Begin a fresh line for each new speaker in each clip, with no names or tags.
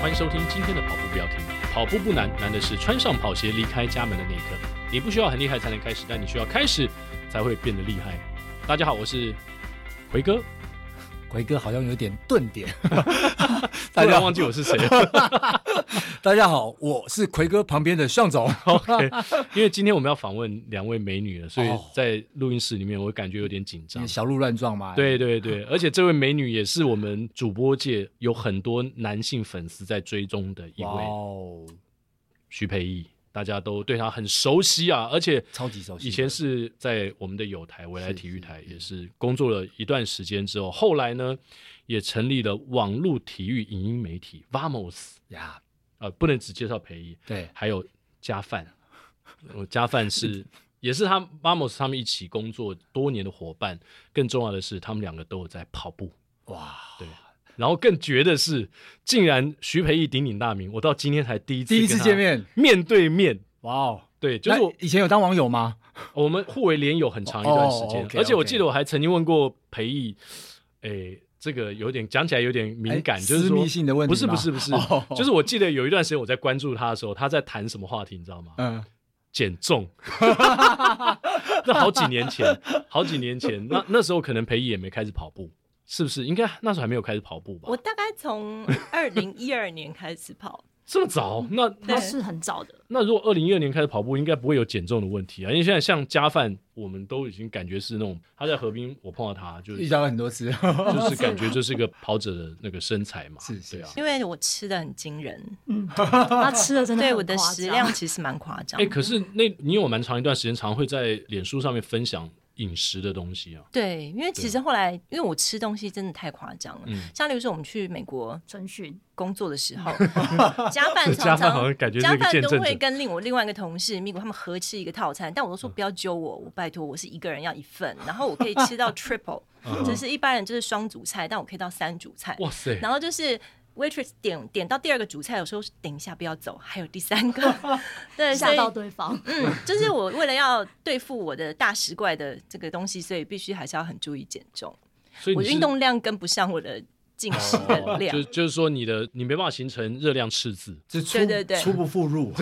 欢迎收听今天的跑步不要停。跑步不难，难的是穿上跑鞋离开家门的那一刻。你不需要很厉害才能开始，但你需要开始才会变得厉害。大家好，我是奎哥，
奎哥好像有点顿点，
突然忘记我是谁了。
大家好，我是奎哥旁边的向总。
OK，因为今天我们要访问两位美女了，所以
哦
在录音室里面我感觉有点紧张。
小鹿乱撞嘛，，
对对对，而且这位美女也是我们主播界有很多男性粉丝在追踪的一
哇
位
哦，
徐佩义，大家都对她很熟悉啊，而且
超级熟悉的
以前是在我们的友台未来
是嗯
体育
是
台，
是
也是工作了一段时间之后，后来呢也成立了网络体育影音媒体 Vamos，
呀，
呃，不能只介绍培义，
对，
还有加饭，我加饭 是也是他 Vamos 他们一起工作多年的伙伴，更重要的是他们两个都有在跑步。
哇，
对然后更绝的是，竟然徐培义鼎鼎大名，我到今天才第一次
第一次
跟他
见，面，
面对面，
哇哦，
对，就是我
那以前有当网友吗？
我们互为连友很长一段时间，
哦，OK，
而且我
OK
记得我还曾经问过培义，诶，这个有点讲起来有点敏感，
哎
就是说
私密性的问题
不是
吗
不是不是，
哦
就是我记得有一段时间我在关注他的时候，他在谈什么话题，你知道吗？
嗯，
减重， 那好几年前，好几年前，那那时候可能培义也没开始跑步，是不是？应该那时候还没有开始跑步吧
我？大概 从二零一二年开始跑，
这么早？那
对
那是很早 的，
那如果二零一二年开始跑步，应该不会有减重的问题啊，因为现在像加饭，我们都已经感觉是那种他在河滨，我碰到他就是
遇到了很多 次，
就是感觉就是一个跑者的那个身材嘛，
是是
对啊。
因为我吃的很惊人，
嗯，他吃的真的
对
很
我的
夸
食
张
量其实蛮夸张
哎、。可是那你有蛮长一段时间常会在脸书上面分享饮食的东西啊，
对，因为其实后来，因为我吃东西真的太夸张了
嗯，
像例如说我们去美国
春训，
工作的时 候，加饭
加
常
饭好像
常
感觉是
加
一个
饭
见
都
证
会
者。
跟另我另外一个同事咪咕他们合吃一个套餐，但我都说不要揪我，我拜托我是一个人要一份，然后我可以 吃到 triple，就是
嗯
一般人就是双主菜，但我可以到三主菜。
哇塞！
然后就是 waitress 点点到第二个主菜，有时候是等一下不要走，还有第三 个，对，所
吓
以
到对 方，
嗯，就是我为了要对付我的大食怪的这个东西，所以必须还是要很注意减重，
所以
我
你是哦
的运动啊量跟不上我的进食 的量
就。就是说你的你没办法形成热量赤字，
这出
对对对
出不 敷入，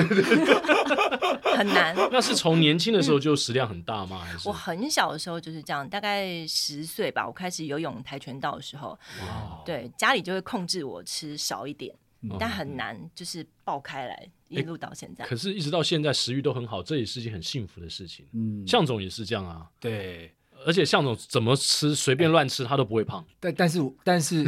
很难。
那是从年轻的时候就食量很大吗？还是
我很小的时候就是这样，大概十岁吧，我开始游泳、跆拳道的时候，
哇？
对家里就会控制我吃少一点，
嗯
但很难就是爆开来，一路到现在。
可是，一直到现在食欲都很好，这也是一件很幸福的事情。
嗯，
向总也是这样啊，
对。
而且向总怎么吃随便乱吃他都不会胖。
但但是 但是，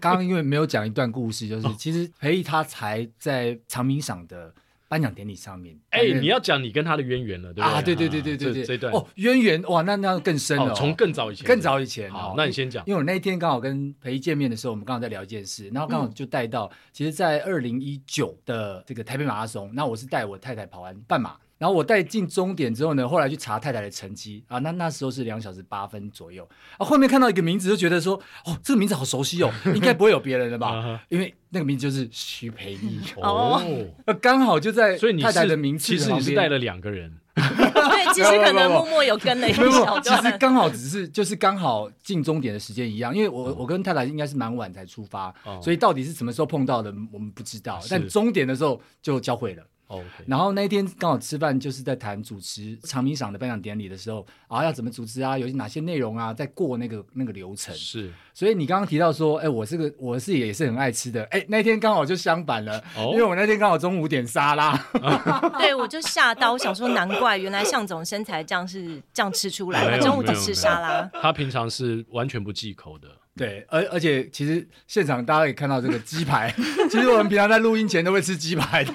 刚刚因为没有讲一段故事，就是其实 裴毅他才在长明赏的颁奖典礼上面
哎、
担任
你要讲你跟他的渊源了，对不对？
啊，对对对对对对，
这这段
哦，渊源哇，那那更深了
哦
哦，
从更早以前，
更早以前。
好
哦，
那你先讲。
因为我那一天刚好跟裴见面的时候，我们刚好在聊一件事，然后刚
嗯
好就带到，其实，在二零一九的这个台北马拉松，那我是带我太太跑完半马，然后我带进终点之后呢，后来去查太太的成绩啊，那那时候是两小时八分左右，啊，后面看到一个名字就觉得说，哦，这个名字好熟悉哦，应该不会有别人了
啊
吧
哈？
因为那个名字就是徐培义，
哦，
呃刚好就在
所以你
太太
是
的名字
其实你是带了两个人，
对，其实可能默默有跟了一
没有没
小
有，其实
段。
刚好只是就是刚好进终点的时间一样，因为我、我跟太太应该是蛮晚才出发，
哦
所以到底是什么时候碰到的，我们不知道
是。
但终点的时候就交汇了。
哦，OK，
然后那一天刚好吃饭，就是在谈主持长明赏的颁奖典礼的时候啊，要怎么主持啊，有哪些内容啊，在过那个那个流程。
是
所以你刚刚提到说，哎，我这个我是也是很爱吃的，哎，那天刚好就相反了，
哦
因为我那天刚好中午点沙拉，
对，我就吓到，我想说难怪原来向总身材这样是这样吃出来
没
的，
有
中午只
没有
吃沙拉。
他平常是完全不忌口 的。
对，而而且其实现场大家也看到这个鸡排， 其实我们平常在录音前都会吃鸡排 的。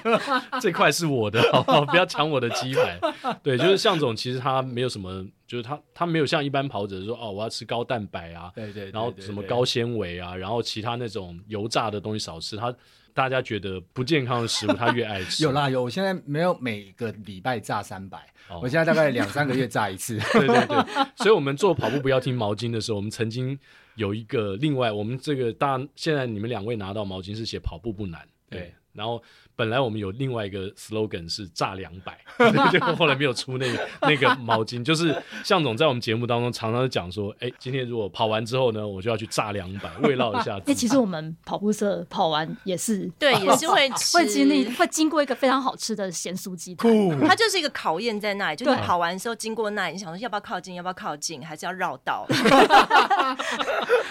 这块是我 的，好不好？不要抢我的鸡排。对，就是向总，其实他没有什么，就是他他没有像一般跑者说哦，我要吃高蛋白啊，
对对
然后什么高纤维啊，然后其他那种油炸的东西少吃。他大家觉得不健康的食物，他越爱吃。
有，啦有，我现在没有每个礼拜炸三百、
哦
我现在大概两三个月炸一次。
对对对。所以我们做跑步不要听毛巾的时候，我们曾经有一个另外，我们这个大现在你们两位拿到毛巾是写跑步不难，对。
对
然后本来我们有另外一个 slogan 是炸两百， 结果后来没有出那个那个毛巾。就是向总在我们节目当中常常讲说，哎，今天如果跑完之后呢，我就要去炸两百，慰劳一下
哎，
自己。
其实我们跑步社跑完也是
对，也是会吃
会经历，会经过一个非常好吃的咸酥鸡摊，
酷，
它就是一个考验在那里，就是
对
你跑完的时候经过那里，你想说要不要靠近，要不要靠近，还是要绕 道？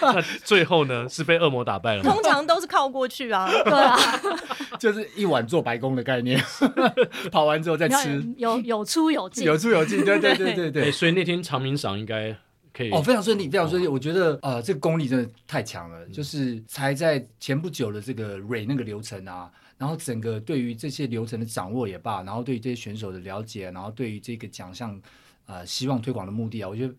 那最后呢，是被恶魔打败了吗？
通常都是靠过去啊。
对啊，
就是一碗做白工的概念， 跑完之后再
然后
吃，
有有出有进
有，出有进，对对对对
哎，
对。
所以那天长鸣赏应该可以
哦，非常顺利，非常顺利。我觉得呃，这个功力真的太强了，
嗯
就是才在前不久的这个蕊那个流程啊，然后整个对于这些流程的掌握也罢，然后对于这些选手的了解，然后对于这个奖项呃希望推广的目的啊，我觉得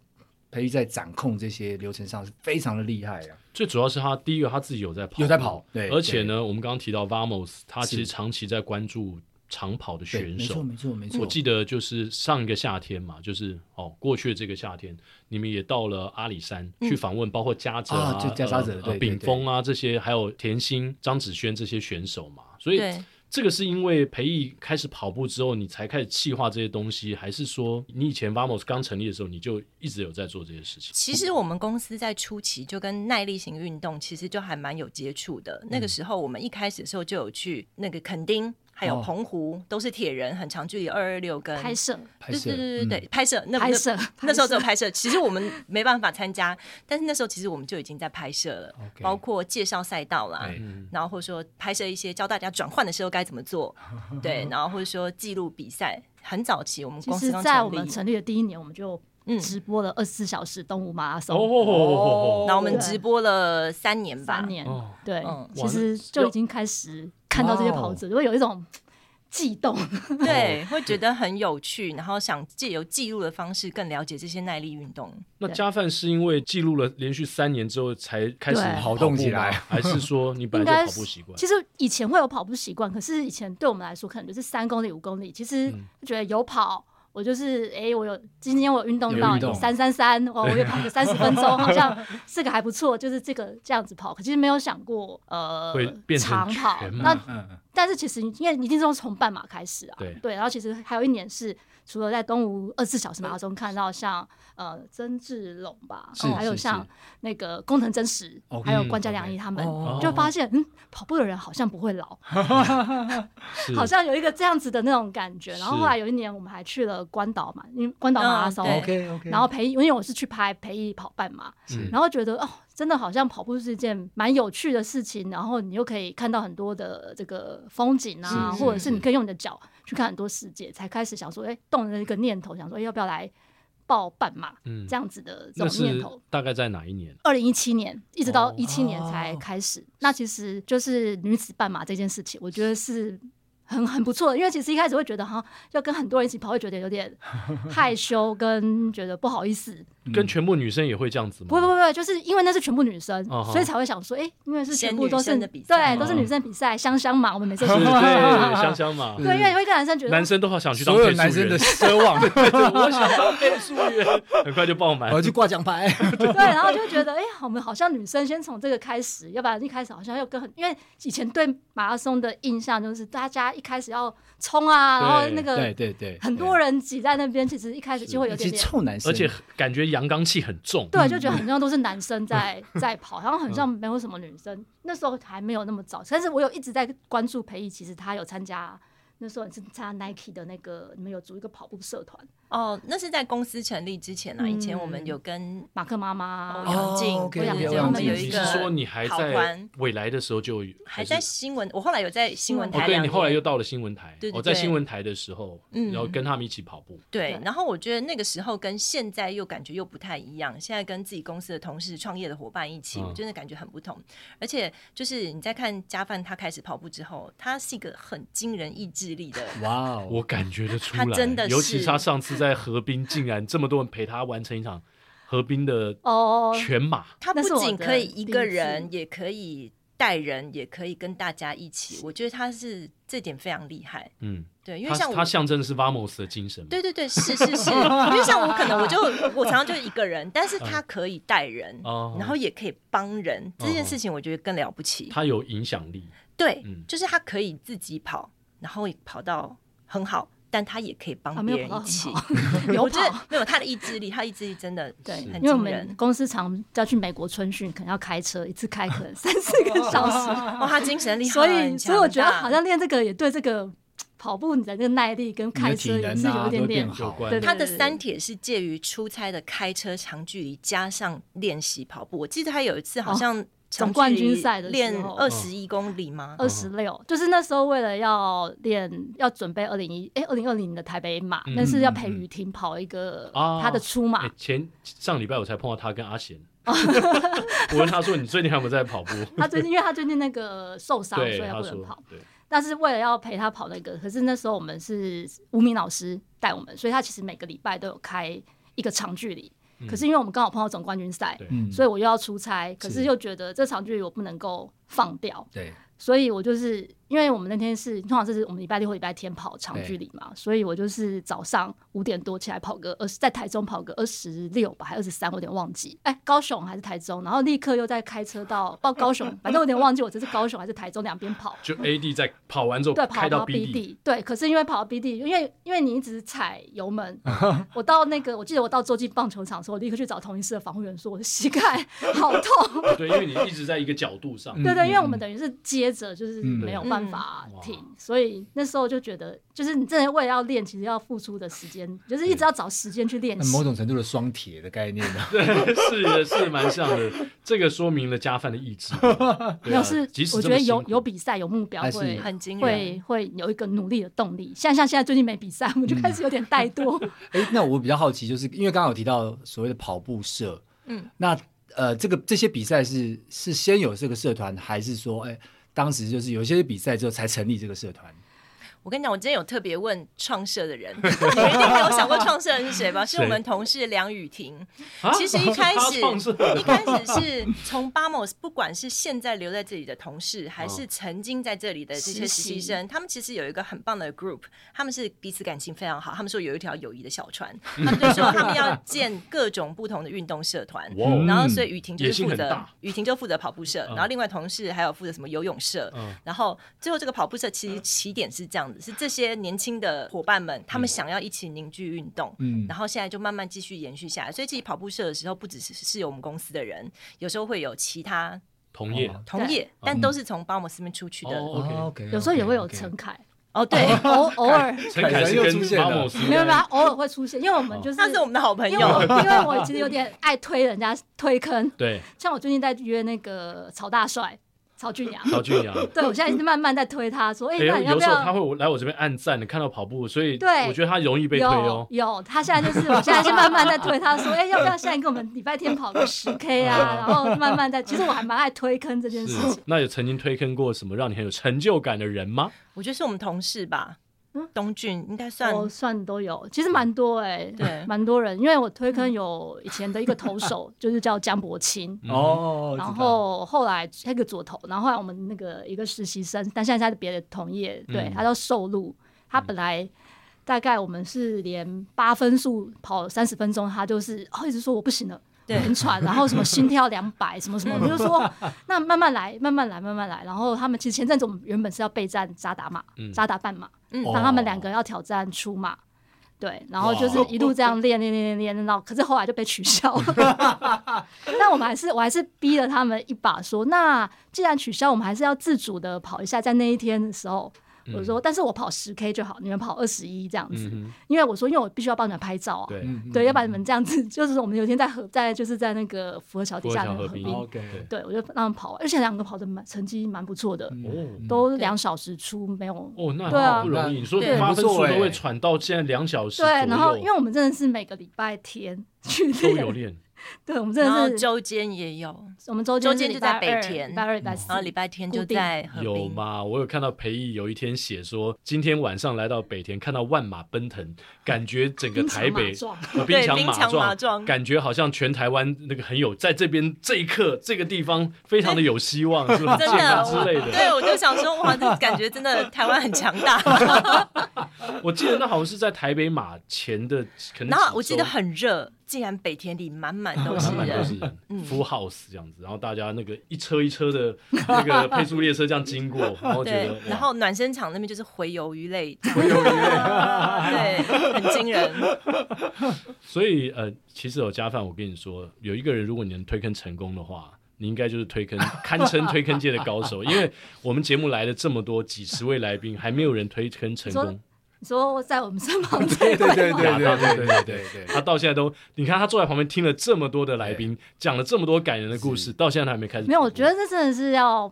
培育在掌控这些流程上是非常的厉害啊。
最主要是他第一个他自己有在跑，
有在跑对
而且呢，我们刚刚提到 Vamos，他其实
是
长期在关注长跑的
对，
选
没错
手。
没错没错。
我记得就是上一个夏天嘛，就是哦，过去的这个夏天，你们也到了阿里山去访问，包括嘉泽
嗯啊就嘉
呃
嘉泽
呃
对对
炳峰啊这些，还有田心、张子萱这些选手嘛。所以
对，
这个是因为培艺开始跑步之后，你才开始计划这些东西，还是说你以前 Vamos 刚成立的时候，你就一直有在做这些事情？
其实我们公司在初期就跟耐力型运动其实就还蛮有接触的。
嗯
那个时候我们一开始的时候就有去那个垦丁。还有
哦
澎湖、都是铁人，很长距离，二二六跟
拍摄
拍
对
摄
对对对
嗯
对，拍摄那
拍摄
那那时候只有
拍摄
拍摄，其实我们没办法参加， 但是那时候其实我们就已经在拍摄了
嗯 OK
包括介绍赛道啦，
啊
哎
然后或者说拍摄一些教大家转换的时候该怎么做，对，然后或者说记录比赛。很早期我们
其
公
实
司，刚
在
成
我们
立
成立的第一年，我们就
嗯
直播了二十四小时动物马拉松，
哦
然后我们直播了三年吧，
三年，
哦
对
嗯，
哇
其实就已经开始看到这些跑者，会有一种 悸动。
对，会觉得很有趣，然后想借由记录的方式更了解这些耐力运动。
那
对
加饭是因为记录了连续三年之后才开始
对
跑步吗
跑动起来
还是说你本
应
来
该
就跑步习惯？
其实以前会有跑步习惯，可是以前对我们来说，可能就是三公里、五公里，其实
嗯
觉得有跑。我就是哎、我有今天我有运动
有
到
运动
三三三，哦，我又跑个三十分钟，好像这个还不错，就是这个这样子跑。可其实没有想过呃
会变成
长跑
全，马
那
嗯嗯
但是其实因为一定是从半马开始啊，
对
然后其实还有一年是除了在东吴二十四小时马拉松看到像呃曾志龙吧，哦
是
还有
是
像
是哦
那个工藤真实，
OK，
还有关家良一他们，
哦
就发现嗯跑步的人好像不会老，
是
好像有一个这样子的那种感觉。然后
是
后来有一年我们还去了关岛嘛，因为关岛马拉松，
嗯对
OK OK，
然后培因为我是去拍培艺跑半马，
嗯
然后觉得哦，真的好像跑步是一件蛮有趣的事情，然后你又可以看到很多的这个风景啊，
是是
或者是
是
你可以用你的脚去看很多世界，才开始想说，哎，动了一个念头，想说，哎，要不要来报半马、
嗯
这样子的这
那
种念
是
头。
大概在哪一年？
二零一七年一直到
哦
一七年才开始。那其实就是女子半马这件事情，我觉得是很很不错的，因为其实一开始会觉得哈，要跟很多人一起跑，会觉得 有点害羞，跟觉得不好意思。
嗯
跟全部女生也会这样子吗？
不会不会不会，就是因为那是全部女生，
嗯哦
所以才会想说，哎，因为是
先
全部都
女
是
生的比赛
对，都是女生比赛，香香嘛，我们每次都
是
是
对
香香嘛。
香香嘛，
对，因为有一个男生觉得
男生都好想去当
所有
配
男
速
生
员
的， 奢望，
我想当配速员， 很快就爆满
我。要去挂奖牌。
对，然后就觉得，哎、我们好像女生先从这个开始，要不然一开始好像要跟很，因为以前对马拉松的印象就是大家一开始要冲啊，然后
对
那
对
个
对对，
很多人挤在那边，其实一开始就会有
尤其
点点，
臭男生，
而且感觉阳刚气很重，
对，就觉得很像都是男生在 在跑，然后很像没有什么女生。那时候还没有那么早，但是我有一直在关注培艺，其实他有参加。那时候你是参加 Nike 的那个，你们有组一个跑步社团，
哦，那是在公司成立之前啊，以前我们有跟
马克妈
哦
妈、
杨静，
OK，
对
杨
对
静
我
他
们
们
有
有
一
你
个
是说你还
跑
在
团，
未来的时候就有
还
是
在新闻，我后来有在新闻
新
哦
台，
对
两
你后来
年
又到了新闻台哦
对，对
我在
对
新闻台的时候，
嗯
然后跟他们一起跑步，
对
对，
然后我觉得那个时候跟现在又感觉又不太一样。现在跟自己公司的同事、创业的伙伴一起，
嗯
我真的感觉很不同。而且就是你在看加范他开始跑步之后，他是一个很惊人意志力的。
哇哦，
我感觉得出
他
来，
真的是
尤其是他上次在河滨，竟然这么多人陪他完成一场河滨的
哦，
全马，
他
那是
不
我
仅
的
可以一
第
个
一次
人，也可以带人，也可以跟大家一起。我觉得他是这点非常厉害。
嗯，
对，因为
他
像我
他象征的是 Vamos 的精神嘛，
对对对，是是是，因为像我可能我就我常常就一个人，但是
嗯
他可以带人，
哦
然后也可以帮人，这件
哦
事情我觉得更了不起。
他有影响力，
对
嗯，
就是他可以自己跑，然后也跑到很好，但他也可以帮
啊没
别
有
人
跑到
一起
很。 好，有
我觉得
跑。
没有他的意志力，他意志力真的
对，
很
因为我
惊
们
人。
公司常要去美国春训，可能要开车，一次开可能三四个小时，
哇，他精神力
所以
很
所以我
强
觉得
大
好像练这个也对这个跑步你的那个耐力跟
你的
开
体
车也
能
是有
啊都
一点
会
点
变。好。
关哎
对对
他的三铁是介于出差的开车长距离加上练习跑步。我记得他有一次好像长距离
哦总冠军赛的时候
练二十一公里吗？
二
嗯
十六，就是那时候为了要练，要准备二零一哎二零二零的台北马，
嗯
但是要陪雨婷跑一个
嗯嗯
她的出马
哎，前上礼拜我才碰到他跟阿贤， 我问他说你最近还有没有在跑步？
她最近因为她最近那个受伤，所
对，
以她
他
不能跑
说。对，
但是为了要陪他跑那个，可是那时候我们是吴明老师带我们，所以他其实每个礼拜都有开一个长距离。可是因为我们刚好碰到总冠军赛，
嗯对
嗯，
所以
以
我又要出差，可
是
是又觉得这长距离我不能够放掉，
对，
所以我就是因为我们那天是通常是我们礼拜六或礼拜天跑长距离嘛，所以我就是早上五点多起来跑个二十，在台中跑个二十六吧，还二十三，我有点忘记。哎，高雄还是台中，然后立刻又再开车到报高雄，反正我有点忘记我这是高雄还是台中两边跑。
就 A D 在跑完之后
对，跑
开
到
B
B 地，对，可是因为跑到 B 地，因为因为你一直踩油门，我到那个，我记得我到洲际棒球场的时候，我立刻去找同一室的防护员说，我的膝盖好痛，
对，因为你一直在一个角度
嗯
上，
对对，因为我们
的
等于是接着，就是
嗯
没有办法
嗯
停
哇，
所以那时候就觉得，就是你真的为了要练，其实要付出的时间，就是一直要找时间去练习
某。种程度的双铁的概念呢，
是的是蛮像的。这个说明了加范的意 志，
没
对啊
有是
即，使
我
这
觉
么
得
辛
有
苦
有比赛有目标
还是
会
很惊人。
会会有一个努力的动力。像像现在最近没比赛，我就
嗯
开始有点怠 惰。
哎，那我比较好奇，就是因为刚刚有提到所谓的跑步社，
嗯，
那呃，这个这些比赛是是先有这个社团，还是说，哎，当时就是有一些比赛之后才成立这个社团？
我跟你讲，我今天有特别问创社的人，你 们一定没有想过创社是谁吧？是我们同事梁雨婷。
啊
其实一 开
他
始
创设的
一开始是从 Bamos，不管是现在留在这里的同事，还
啊
是曾经在这里的这些
实
实习
习
生，他们其实有一个很棒的 group，他们是彼此感情非常好。他们说有一条友谊的 小船，他们就说他们要建各种不同的运动社团。
哇哦
然后，所以雨婷就
野
是
心
负
很
责
大，
雨婷就负责跑步社，
嗯
然后另外同事还有负责什么游泳社
嗯，
然后最后这个跑步社其实起点是这样子，是这些年轻的伙伴们，他们
嗯
想要一起凝聚运动，
嗯
然后现在就慢慢继续延续下来。所以自己跑步社的时候，不只是是有我们公司的人，有时候会有其他
同业
哦
同业，但都是从巴姆斯那边出去的。
嗯哦
哦
OK，
，OK，
有时候也会有
OK，OK
陈凯，
哦，对，
偶偶尔
陈凯 是哦
又
跟
出现了
马某斯
没有没有，偶尔会出现，因为我们就是
他是我们的好朋
因为我
友。
因为 我其实有点爱推人家推坑，
对
像我最近在约那个曹大帅曹俊 阳，
曹俊阳。
对我现在是慢慢在推他 说，哎、
哎，
那你要
有
不
时候他
要？
会来我这边按赞，你看到跑步，所以
对
我觉得他容易被推
有
哦。
有，他现在就是，我现在是慢慢在推他说，哎、要不要现在跟我们礼拜天跑个十 K 啊？然后慢慢在，其实我还蛮爱推坑这件事
嗯是
情。，
那有曾经推坑过什么让你很有成就感的人吗？
我觉得是我们同事吧
嗯，
东俊应该算
我算都有，其实蛮多哎、
对
蛮多人，因为我推坑有以前的一个投手，就是叫江伯清，
哦，
嗯然
知道
后后来那个左投，然后后来我们那个一个实习生，但现在他是别的同业，对、
嗯
他叫寿禄，他本来大概我们是连八分速跑三十分钟，他就是哦一直说我不行了。
对
很喘，然后什么心跳两百，什么什么，我就说那慢慢来，慢慢来，慢慢来。然后他们其实前阵子我们原本是要备战扎达马
嗯，
扎达半马，
嗯
然后他们两个要挑战出马，对，然后
哇
就是一路这样练练练练练到，可是后来就被取消了。但我们还是我还是逼了他们一把说，那既然取消，我们还是要自主的跑一下，在那一天的时候。我说，但是我跑十 K 就好，你们跑二十一这样子，
嗯
因为我说，因为我必须要帮你们拍照啊，
对，
嗯
对，要不然你们这样子，就是我们有一天在河，在就是在那个福和桥底下
福
那
和桥
个
河滨
滨，
，OK，
对我就让他们跑，而且两个跑的蛮成绩蛮不错的，
嗯
哦
都两小时出没有
哦，那
对啊
好不容易，你说
对
八分
不
数
错欸
都会喘到现在两小时左
对
右，，哦
然后因为我们真的是每个礼拜天去
都有
练，
练，
对，我们真
然后
的是
周间也有，
我们周
周
间
间
是
就
礼拜
在北
二
田
礼拜二、
嗯
礼拜四，
然后礼拜天就
固定
在河
有
滨。
吗？我有看到裴毅有一天写说，今天晚上来到北田，看到万马奔腾，感觉整个
冰
台
场
北
马撞，
呃
对
墙
冰
马
墙马
撞，
撞
感觉好像全台湾那个很有，在这边这一刻这个地方非常的有希望，是吧？
真
健
的，
康之
我
类的。
对，我就想说，哇，这感觉真的台湾很强 大。
我记得那好像是在台北马前的，可能
然后
几
我记
周
得很热，竟然北田里满满都是
满满都
人，
是人，full house 这样子，然后大家那个一车一车的 那个配速列车这样经过， 然后觉
对
得，
然
哇，
后暖身场那边就是回游 鱼类，回游鱼类， 对，很惊
哦
人。
所以呃，其实有加饭，我跟你说，有一个人如果你能推坑成功的话。你应该就是推坑，堪称推坑界的高 手，因为我们节目来了这么多几十位来宾，还没有人推坑成
你
功
说。你说在我们 身旁
对
这
对对对
亚当
对对对
对
对对，
他到现在都，你看他坐在旁边听了这么多的来宾，讲了这么多感人的故事，到现在还没开始。
没有，我觉得这真的是要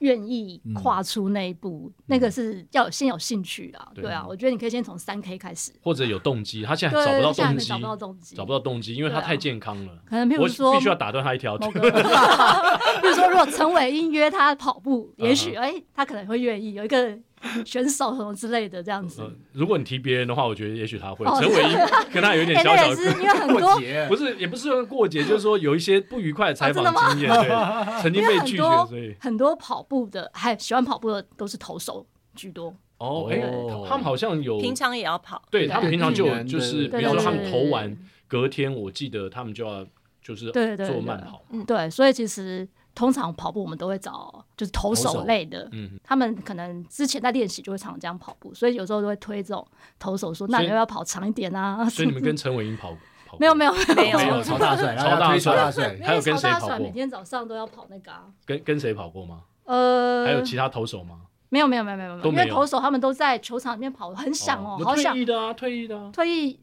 愿意
嗯
跨出那一步，那个是要有先有兴趣啊。
对
对啊，我觉得你可以先从三 K 开始，
或者有动机，他现在
对，
哎找不到
现在还
动
没
机，
找不到动机，
找不到动机，因为他
对啊
太健康了。
可能譬
我
如说
必须要打断他一条腿
某。个，比如说如果陈伟英约他跑步，也许
嗯
哎、他可能会愿意有一个选手什么之类的这样 子。
呃如果你提别人的话，我觉得也许他会。
哦
陈伟英跟他有一点
哎、
小
那
小
也
的
是，因为很
过
多
节
不是，也不是说过节，就是说有一些不愉快的采访
哦真的吗
经验， 对，曾经
因
被
为很
拒
多
绝，所以
很多跑步的，还喜欢跑步的都是投手居多。
哦，哎
哦，
他们好像有
平常也要跑，
对
对
他们平常就有，
对
就是比
对
如说
对
他
对
们
对
投
对
完隔天，我记得他们就要就是
对对啊
做
对
慢跑，
对，所以其实通常跑步我们都会找就是投手类的，
嗯，
他们可能之前在练习就会常这样跑步，所以有时候都会推这种投手说，那
所以
你要不要跑长一点 啊？
所以你们跟陈伟英跑跑
没有没有没
没有
没
有
有，
超大帅，
超 大
超大
帅
帅，
还有跟谁跑
因为曹大帅
过
每天早上都要跑那个啊，
跟跟谁跑过吗？
呃，
还有其他投手吗？
没有没有没有没有，
都
因
没有
为投手他们都在球场里面跑，很想哦，
我
好想
退役的啊，退役的啊，
退役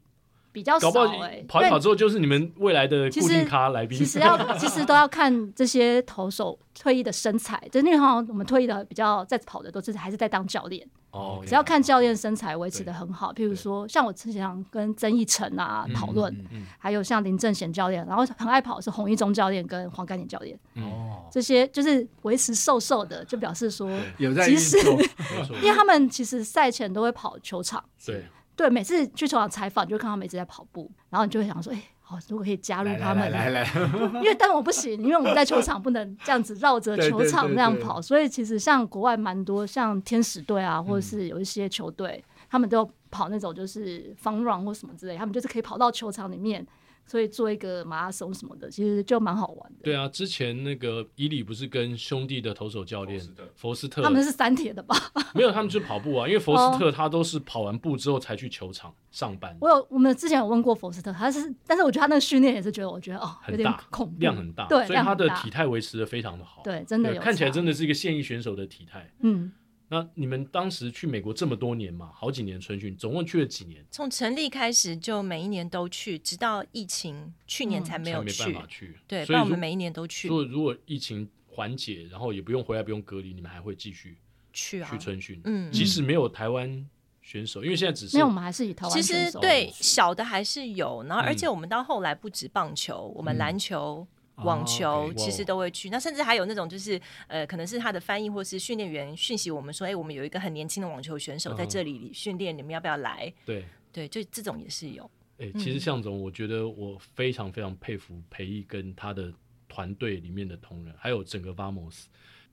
比较少
搞不好
哎、
跑一跑之后就是你们未来的
其
固
实
定咖来宾。
其实要其实都要看这些投手退役的身材，就是因为好像我们退役的比较在跑的都是还是在当教练，
哦，
只要看教练身材维持的很好。譬如说像我之前跟曾义成啊
嗯
讨论，
嗯嗯
还有像林正贤教练，然后很爱跑的是洪一中教练跟黄甘宁教练，
哦，
这些就是维持瘦瘦的，就表示说，因
有在运
其实
作，
没错，
为他们其实赛前都会跑球场。
对，
对，每次去球场采访，就会看他们一直在跑步，然后你就会想说，哎、好，如果可以加入
来
他
来
们，
来来来，
因为但我不行，因为我们在球场不能这样子绕着球场那样跑，所以其实像国外蛮多像天使队啊，
嗯
或者是有一些球队，他们都有跑那种就是方 run 或什么之类，他们就是可以跑到球场里面，所以做一个马拉松什么的，其实就蛮好玩的。
对啊，之前那个伊里不是跟兄弟的投手教练佛斯特
他，们是哦三铁的吧？
没有他们就跑步啊，因为佛斯特他都是跑完步之后才去球场上班，
我有我们之前有问过佛斯特，他是，但是我觉得他那个训练也是觉得，我觉得哦，有
很
点
大
恐怖，
量很大，
对，
所以他的
量很大
体态维持的非常的好，
对真的
对
有
看起来
差
真的是一个现役选手的体态。
嗯。
那你们当时去美国这么多年嘛，好几年春训，总共去了几年？
从成立开始就每一年都去，直到疫情去
嗯
年才没有
才没
去。
办法去。
对，不
所以
然
如
我们每一年都去
如果如果疫情缓解，然后也不用回来，不用隔离，你们还会继续
去啊
去。春训？
嗯
即使没有台湾选手，因为现在只是
没有，我们还是以台湾哦
其
选
实
手
对小的还是有，然后
嗯啊
而且我们到后来不止棒球，我们篮球。网
哦
球
，OK，
其
哇哦
实都会去，那甚至还有那种就是呃，可能是他的翻译或是训练员讯息我们说，哎、我们有一个很年轻的网球选手在
嗯
这里训练，你们要不要来？
对。
对，就这种也是有。
哎、其实向总，我觉得我非常非常佩服裴毅跟他的团队里面的同仁，还有整个 Vamos。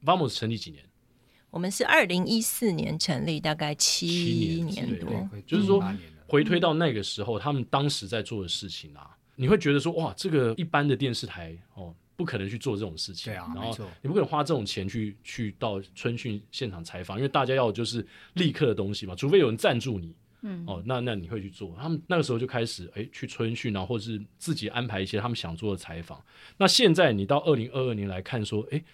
Vamos 成立几年？
我们是二零一四年成立，大概七
七年
年多。
对就是说回推到那个时候，他们当时在做的事情啊，你会觉得说，哇，这个一般的电视台哦，不可能去做这种事情。
对啊
然
没
后
错
你不可能花这种钱去去到春训现场采访，因为大家要的就是立刻的东西嘛，除非有人赞助你。
嗯
哦，那那你会去做？他们那个时候就开始哎去春训啊，然后或是自己安排一些他们想做的采访。那现在你到二零二二年来看说，哎，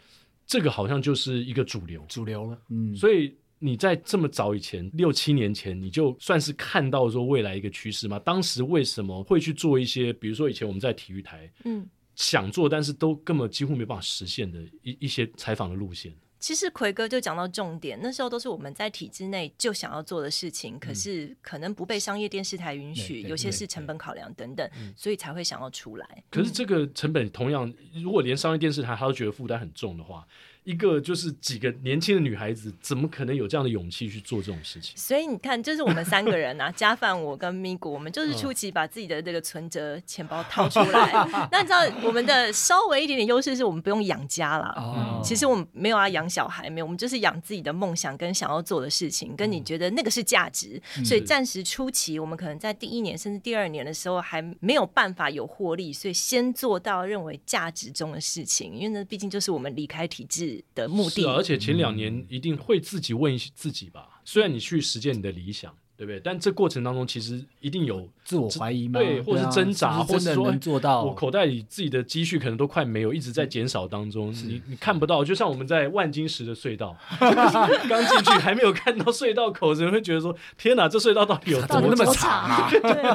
这个好像就是一个主流，
主流了，嗯，
所以你在这么早以前，六七年前，你就算是看到说未来一个趋势吗？当时为什么会去做一些，比如说以前我们在体育台
嗯，
想做，但是都根本几乎没办法实现的一一些采访的路线？
其实奎哥就讲到重点，那时候都是我们在体制内就想要做的事情，可是可能不被商业电视台允
嗯
许，
对对嗯
有些是成本考量等等，所以才会想要出来。
可是这个成本同样，如果连商业电视台他都觉得负担很重的话，一个就是几个年轻的女孩子，怎么可能有这样的勇气去做这种事情？
所以你看，就是我们三个人啊，加饭我跟咪咕，我
嗯
们就是初期把自己的这个存折、钱包掏出 来。那你知道我们的稍微一点点优势是我们不用养家啦。
嗯
哦
其实我们没有要养小孩，没有，我们就是养自己的梦想跟想要做的事情，
嗯
跟你觉得那个是价值。所以暂时初期，我们可能在第一年甚至第二年的时候还没有办法有获利，所以先做到认为价值中的事情，因为那毕竟就是我们离开体制的目
是
的。
啊而且前两年一定会自己问一些自己吧，虽然你去实践你的理想，对不对？但这过程当中其实一定有
自我怀疑吗？
对，或是
啊
挣扎，
是不
或
是真
是
的
说
能做到。嗯
哎我口袋里自己的积蓄可能都快没有，一直在减少当中。你你看不到，就像我们在万金石的隧道，就是 刚进去还没有看到隧道口，人会觉得说：天哪，这隧道到底 有
怎
多
么那么
多
长啊？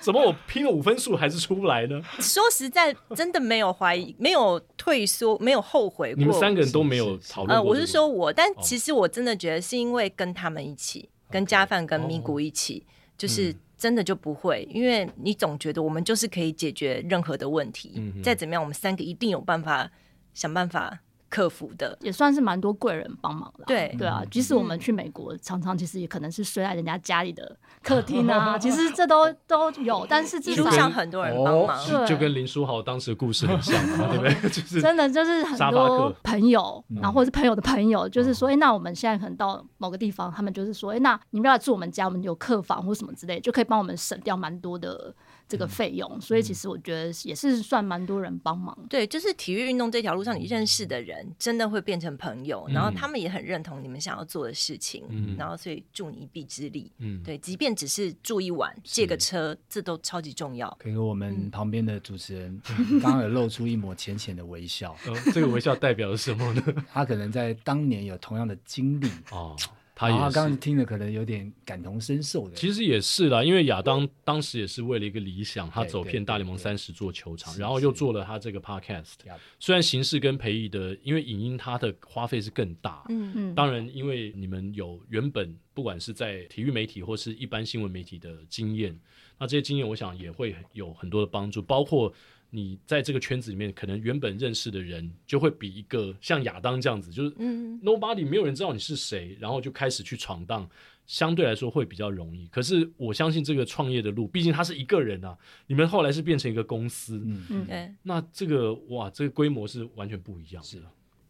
怎么我拼了五分数还是出不来呢？
说实在，真的没有怀疑，没有退缩，没有后悔过。
你们三个人都没有讨论
呃，
过
我
这个问题。哦
是说我，但其实我真的觉得是因为跟他们一起，跟加饭跟咪
哦
咕一起，就是
嗯
真的就不会，因为你总觉得我们就是可以解决任何的问题，
嗯哼
再怎么样，我们三个一定有办法想办法克服的。
也算是蛮多贵人帮忙了。
对
对
嗯
啊，即使我们去美国，常常其实也可能是睡在人家家里的客厅 啊，其实这都都有，但是至
一路
少
上很多人帮忙，
对
就跟林书豪当时的故事很像嘛， 对不对？就是
真的就是很
沙发
多
客嗯
朋友，然后或者是朋友的朋友，就是说，哎、那我们现在可能到某个地方，他们就是说，哎、那你们要来住我们家，我们有客房或什么之类，就可以帮我们省掉蛮多的这
嗯
个费用。所以其实我觉得也是算蛮多人帮忙。
对，就是体育运动这条路上，你认识的人真的会变成朋友，然后他们也很认同你们想要做的事情，
嗯
然后所以助你一臂之力。
嗯，
对，即便只是住一晚，借个车，这都超级重要。
可能我们旁边的主持人
嗯
刚刚有露出一抹浅浅的微笑，
呃这个微笑代表了什 么呢？
他可能在当年有同样的经历，
哦，他
然后
也
他啊刚
是
刚。听了可能有点感同身受的。
其实也是啦，因为亚当当时也是为了一个理想，他走遍大联盟
对对
三十座球场，
是
然后又做了他这个 podcast。
Yup
虽然形式跟培育的，因为影音它的花费是更大。
嗯
嗯，
当然，因为你们有原本不管是在体育媒体或是一般新闻媒体的经验，那这些经验我想也会有很多的帮助，包括你在这个圈子里面可能原本认识的人，就会比一个像亚当这样子，就是
嗯，
nobody 没有人知道你是谁，然后就开始去闯荡，相对来说会比较容易。可是我相信这个创业的路，毕竟他是一个人啊，你们后来是变成一个公司，
嗯，
嗯，
对，
那这个哇，这个规模是完全不一样的。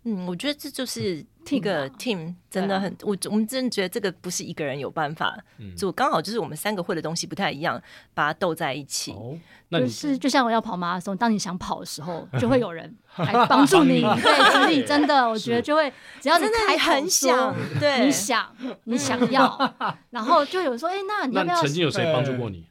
嗯，我觉得这就是一
Team
个
啊
team，真的很，我我们真的觉得这个不是一个人有办法
嗯
做，刚好就是我们三个会的东西不太一样，把它斗在一起。
哦，那
就
你
是就像我要跑马拉松，当你想跑的时候，就会 有人来帮助你，
帮你
对，指你真的，我觉得就会，只要你
真的
开
你
口
很
说
想，， 对，
你想，你想要， 然后就有人说，哎、那你要
那
不要？
曾经有谁嗯帮助过你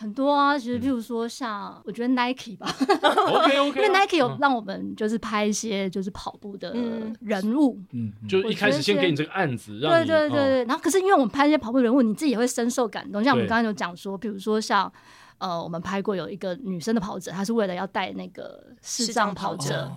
很多啊，其实譬如说像我觉得 Nike 吧，
？OK OK，
啊
因为 Nike
嗯
有让我们就是拍一些就是跑步的
嗯
人物，
嗯，嗯
就一开始先给你这个案子，让
对
你
对对
哦
对。然后可是因为我们拍一些跑步人物，你自己也会深受感动。像我们
对
刚刚有讲说，比如说像呃，我们拍过有一个女生的跑者，她是为了要带那个视
视障
障
跑
跑者，
者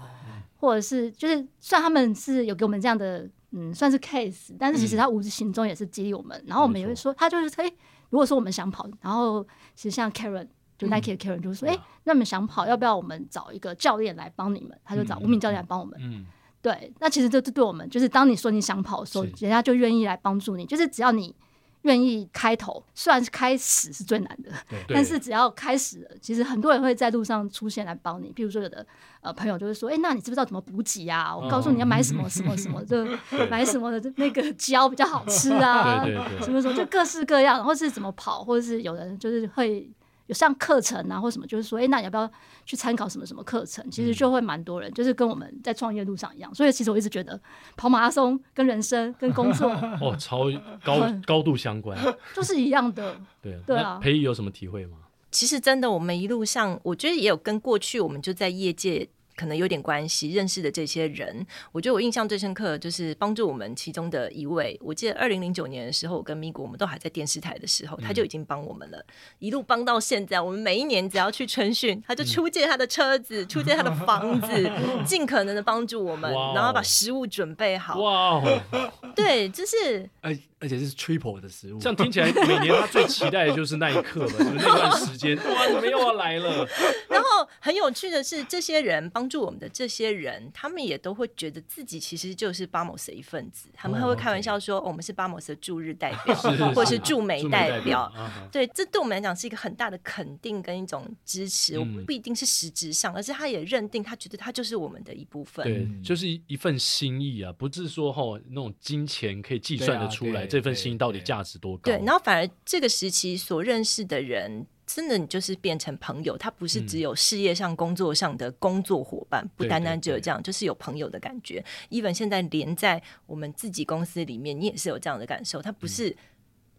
或者是就是算他们是有给我们这样的嗯，算是 case，但是
嗯
其实他无形中也是激励我们。然后我们也会说，他就是哎、如果说我们想跑，然后其实像 Karen。就 Nike 的 Karen 就说：“哎、
嗯对啊
那你们想跑，要不要我们找一个教练来帮你们？”他就找
嗯
吴敏教练来帮我们。
嗯，
对，那其实这这对我们，就是当你说你想跑的时候，
是
人家就愿意来帮助你。就是只要你愿意开头，虽然是开始是最难的，
对
但是只要开始了，其实很多人会在路上出现来帮你。譬如说，有的呃朋友就会说：“哎、那你知不知道怎么补给啊？我告诉你要买什
嗯
么什么什么， 就买什么的那个 胶比较好吃啊，
对对对
什么什么，就各式各样。然后是怎么跑，或者是有人就是会有上课程啊，或什么，就是说，哎、那你要不要去参考什么什么课程？其实就会蛮多人，就是跟我们在创业路上一样。所以其实我一直觉得跑马拉松跟人生跟工作
哦，超 高高度相关，
就是一样的。
对
对啊
那培育有什么体会吗？
其实真的，我们一路上，我觉得也有跟过去我们就在业界。可能有点关系，认识的这些人，我觉得我印象最深刻的就是帮助我们其中的一位。我记得二零零九年的时候，我跟咪咕我们都还在电视台的时候，他
嗯
就已经帮我们了，一路帮到现在。我们每一年只要去春训，他
嗯
就出借他的车子，出借他的房 子，尽可能的帮助我们
哇哦，
然后把食物准备好。
哇哦，
对，就是
哎
而而且是 triple 的食物，
这样听起来，每年他最期待的就是那一刻吧，就是那段时间，哇，你们又要来了，
然后很有趣的是，这些人帮助我们的这些人，他们也都会觉得自己其实就是巴莫斯一份子，他们还会开玩笑说、哦我们是巴莫斯的驻日代表，
是
或者是驻美代表。
啊哈
对，这对我们来讲是一个很大的肯定跟一种支持，我
嗯
不一定是实质上，而是他也认定，他觉得他就是我们的一部分。
对，
嗯
就是一一份心意啊，不是说吼那种金钱可以计
对
算
啊
得出
对
来，这份
对
心意到底
对
价值多高？
对，然后反而这个时期所认识的人，真的你就是变成朋友，他不是只有事业上、工作上的工作伙伴，不
嗯对
单
对
单只有
对
这样，就是有朋友的感觉。even 现在连在我们自己公司里面，你也是有这样的感受，他
嗯
不是。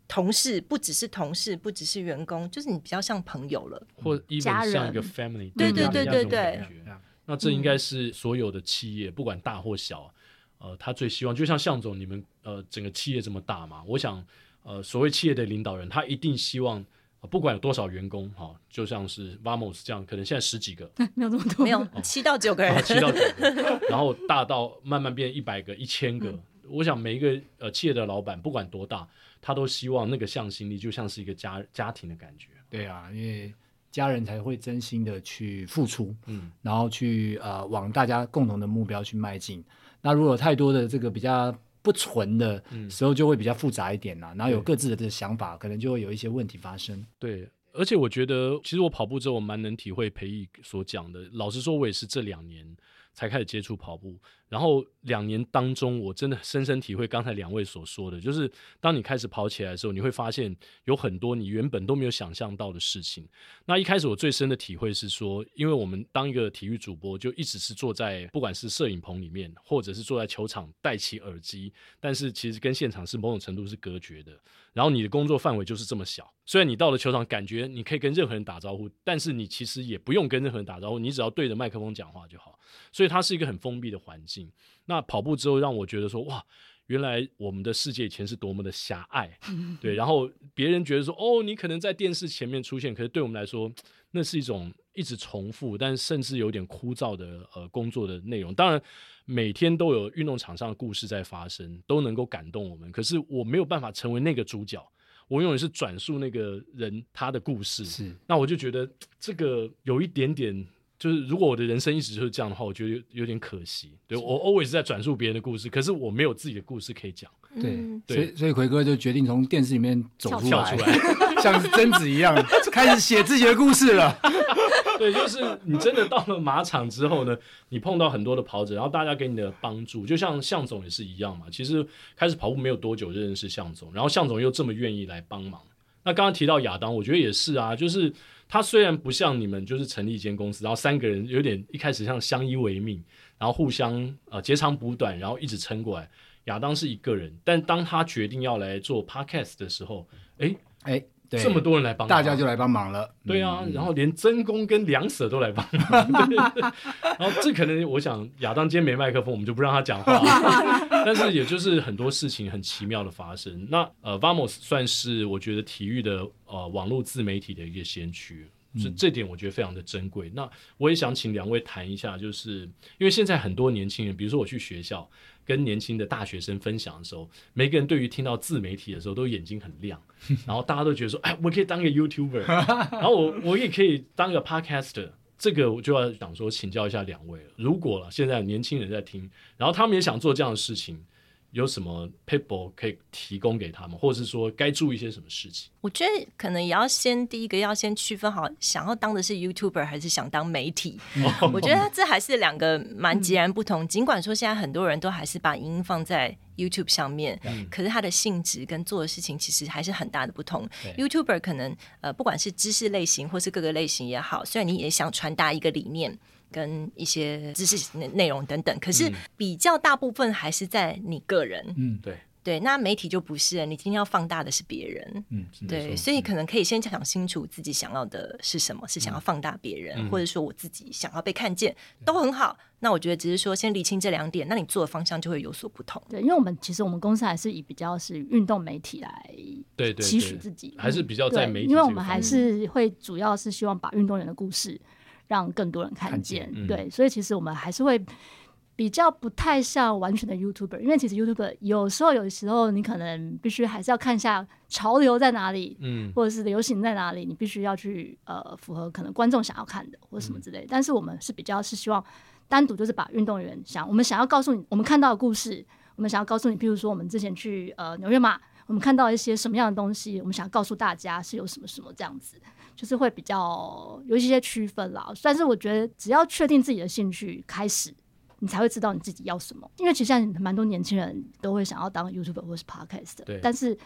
同事不只是同事，不只是员工，就是你比较像朋友 了。
或 even
家
像一个
人
family，
对
一样
对
一
对
样这种
对嗯
感觉
对啊
那这应该是所有的企业，不管大或小，呃，他最希望，就像向总，你们呃整个企业这么大嘛，我想，呃，所谓企业的领导人，他一定希望。呃不管有多少员工，哈、就像是 Vamos 这样，可能现在十几个，
没有那么多，
没有七到九个
然后哦
人，
七到九个，然后大到慢慢变一百个、一千个。我想每一个呃企业的老板，不管多大，他都希望那个向心力就像是一个家家庭的感觉。
对啊，因为家人才会真心的去付出，
嗯，
然后去呃往大家共同的目标去迈进。那如果有太多的这个比较不纯的
嗯
时候，就会比较复杂一点啦、然后有
对
各自的这个想法，可能就会有一些问题发生。
对。而且我觉得，其实我跑步之后，我蛮能体会裴毅所讲的。老实说，我也是这两年才开始接触跑步，然后两年当中，我真的深深体会刚才两位所说的，就是当你开始跑起来的时候，你会发现有很多你原本都没有想象到的事情。那一开始我最深的体会是说，因为我们当一个体育主播，就一直是坐在不管是摄影棚里面，或者是坐在球场戴起耳机，但是其实跟现场是某种程度是隔绝的。然后你的工作范围就是这么小。虽然你到了球场，感觉你可以跟任何人打招呼，但是你其实也不用跟任何人打招呼，你只要对着麦克风讲话就好。所以它是一个很封闭的环境。那跑步之后，让我觉得说，哇，原来我们的世界以前是多么的狭隘，对。然后别人觉得说，哦，你可能在电视前面出现，可是对我们来说，那是一种一直重复，但甚至有点枯燥的呃工作的内容。当然，每天都有运动场上的故事在发生，都能够感动我们。可是我没有办法成为那个主角，我永远是转述那个人他的故事。
是，
那我就觉得这个有一点点，就是如果我的人生一直就是这样的话，我觉得有有点可惜。对我 always 在转述别人的故事，可是我没有自己的故事可以讲，
对，
嗯
对
所以所以奎哥就决定从电视里面走
跳
出
跳
来，
出来。
像是贞子一 样，开始写自己的故事了。
对，就是你真的到了马场之后呢，你碰到很多的跑者，然后大家给你的帮助，就像向总也是一样嘛。其实开始跑步没有多久就认识向总，然后向总又这么愿意来帮忙。那刚刚提到亚当，我觉得也是啊，就是他虽然不像你们就是成立一间公司，然后三个人有点一开始像相依为命，然后互相呃截长补短，然后一直撑过来。亚当是一个人，但当他决定要来做 podcast 的时候，诶，
哎，对，
这么多人来帮他，
大家就来帮忙了。
对啊，然后连真公跟梁舍都来帮忙，对然后这可能我想亚当今天没麦克风，我们就不让他讲话，但是也就是很多事情很奇妙的发生。那呃，Vamos 算是我觉得体育的呃网络自媒体的一个先驱，这这点我觉得非常的珍贵。那我也想请两位谈一下，就是因为现在很多年轻人，比如说我去学校跟年轻的大学生分享的时候，每个人对于听到自媒体的时候都眼睛很亮，然后大家都觉得说，哎，我可以当一个 YouTuber，然后 我我也可以当一个 Podcaster。这个我就要想说，请教一下两位了。如果了现在有年轻人在听，然后他们也想做这样的事情，有什么 people 可以提供给他们，或者是说该注意些什么事情？
我觉得可能也要先第一个要先区分好，想要当的是 YouTuber 还是想当媒体。 我觉得这还是两个蛮截然不同。尽管说现在很多人都还是把影音放在 YouTube 上面，可是它的性质跟做的事情其实还是很大的不同。YouTuber 可能呃，不管是知识类型或是各个类型也好，虽然你也想传达一个理念。跟一些知识型的内容等等，可是比较大部分还是在你个人。
嗯，
对，
对，那媒体就不是了，你今天要放大的是别人。
嗯，
对，所以可能可以先想清楚自己想要的是什么，是想要放大别人，或者说我自己想要被看见，都很好。那我觉得只是说先理清这两点，那你做的方向就会有所不同。
对，因为我们其实我们公司还是以比较是运动媒体来
对对
期许自
对，
己，嗯
还是比较在
对，
媒体这个方面，
因为我们还是会主要是希望把运动员的故事让更多人看
看
见，
见嗯
对，所以其实我们还是会。比较不太像完全的 YouTuber，因为其实 YouTuber 有时候有时候你可能必须还是要看一下潮流在哪里，
嗯，
或者是流行在哪里，你必须要去呃符合可能观众想要看的或者什么
嗯
之类的。但是我们是比较是希望单独就是把运动员想我们想要告诉你我们看到的故事，我们想要告诉你，譬如说我们之前去呃纽约马，我们看到一些什么样的东西，我们想要告诉大家是有什么什么这样子，就是会比较有一些区分啦。但是我觉得只要确定自己的兴趣开始。你才会知道你自己要什么，因为其实现在蛮多年轻人都会想要当 YouTuber 或是 Podcast，
对
但是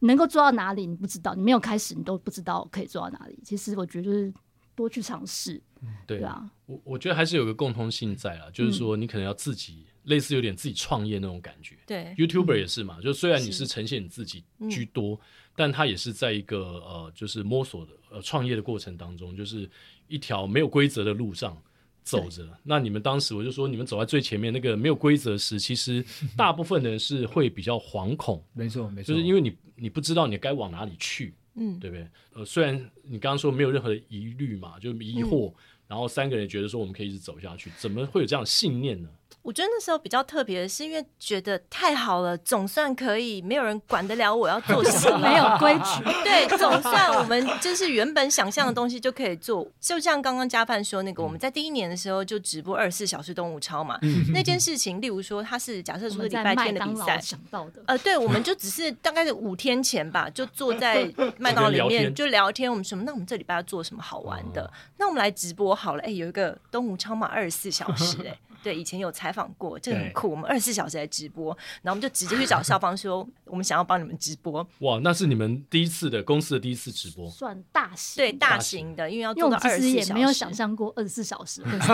能够做到哪里你不知道，你没有开始你都不知道可以做到哪里。其实我觉得就是多去尝试，
对
对啊，嗯
我我觉得还是有个共通性在啊，就是说你可能要自己类似有点自己创业那种感觉。
对
YouTuber
嗯
也是嘛，就虽然你
是
是呈现你自己居多，但它也是在一个呃，就是摸索的呃创业的过程当中，就是一条没有规则的路上走着。那你们当时我就说，你们走在最前面那个没有规则时，其实大部分人是会比较惶恐，
没错没错，
就是因为你你不知道你该往哪里去，
嗯，
对不对？呃，虽然你刚刚说没有任何的疑虑嘛，就疑
嗯
惑，然后三个人觉得说我们可以一直走下去，怎么会有这样的信念呢？
我觉得那时候比较特别的是，因为觉得太好了，总算可以，没有人管得了我要做 什么，
没有规矩，
对，总算我们就是原本想象的东西就可以做。就像刚刚加范说那个，我们在第一年的时候就直播二十四小时动物超嘛，那件事情，例如说它是假设
我
说是
们
礼
在
拜
麦
天的
当
比
劳
赛。
想到的。
呃，对，我们就只是大概是五天前吧，就坐 在麦当劳里
聊天哦
面就聊天，我们什么？那我们这礼拜要做什么好玩的？那我们来直播好了。哎，有一个东吴超马二十四小时、 哎，对，以前有采访过，这个很
对
酷。我们二十四小时来直播，然后我们就直接去找校方说，我们想要帮你们直播，
哇，那是你们第一次的公司的第一次直播，
算大型，
对，大
大
型
型
的，因为要
因为我
做到
们其
二十
实
四
也
小
没有想
时。
象过二十四小时会 是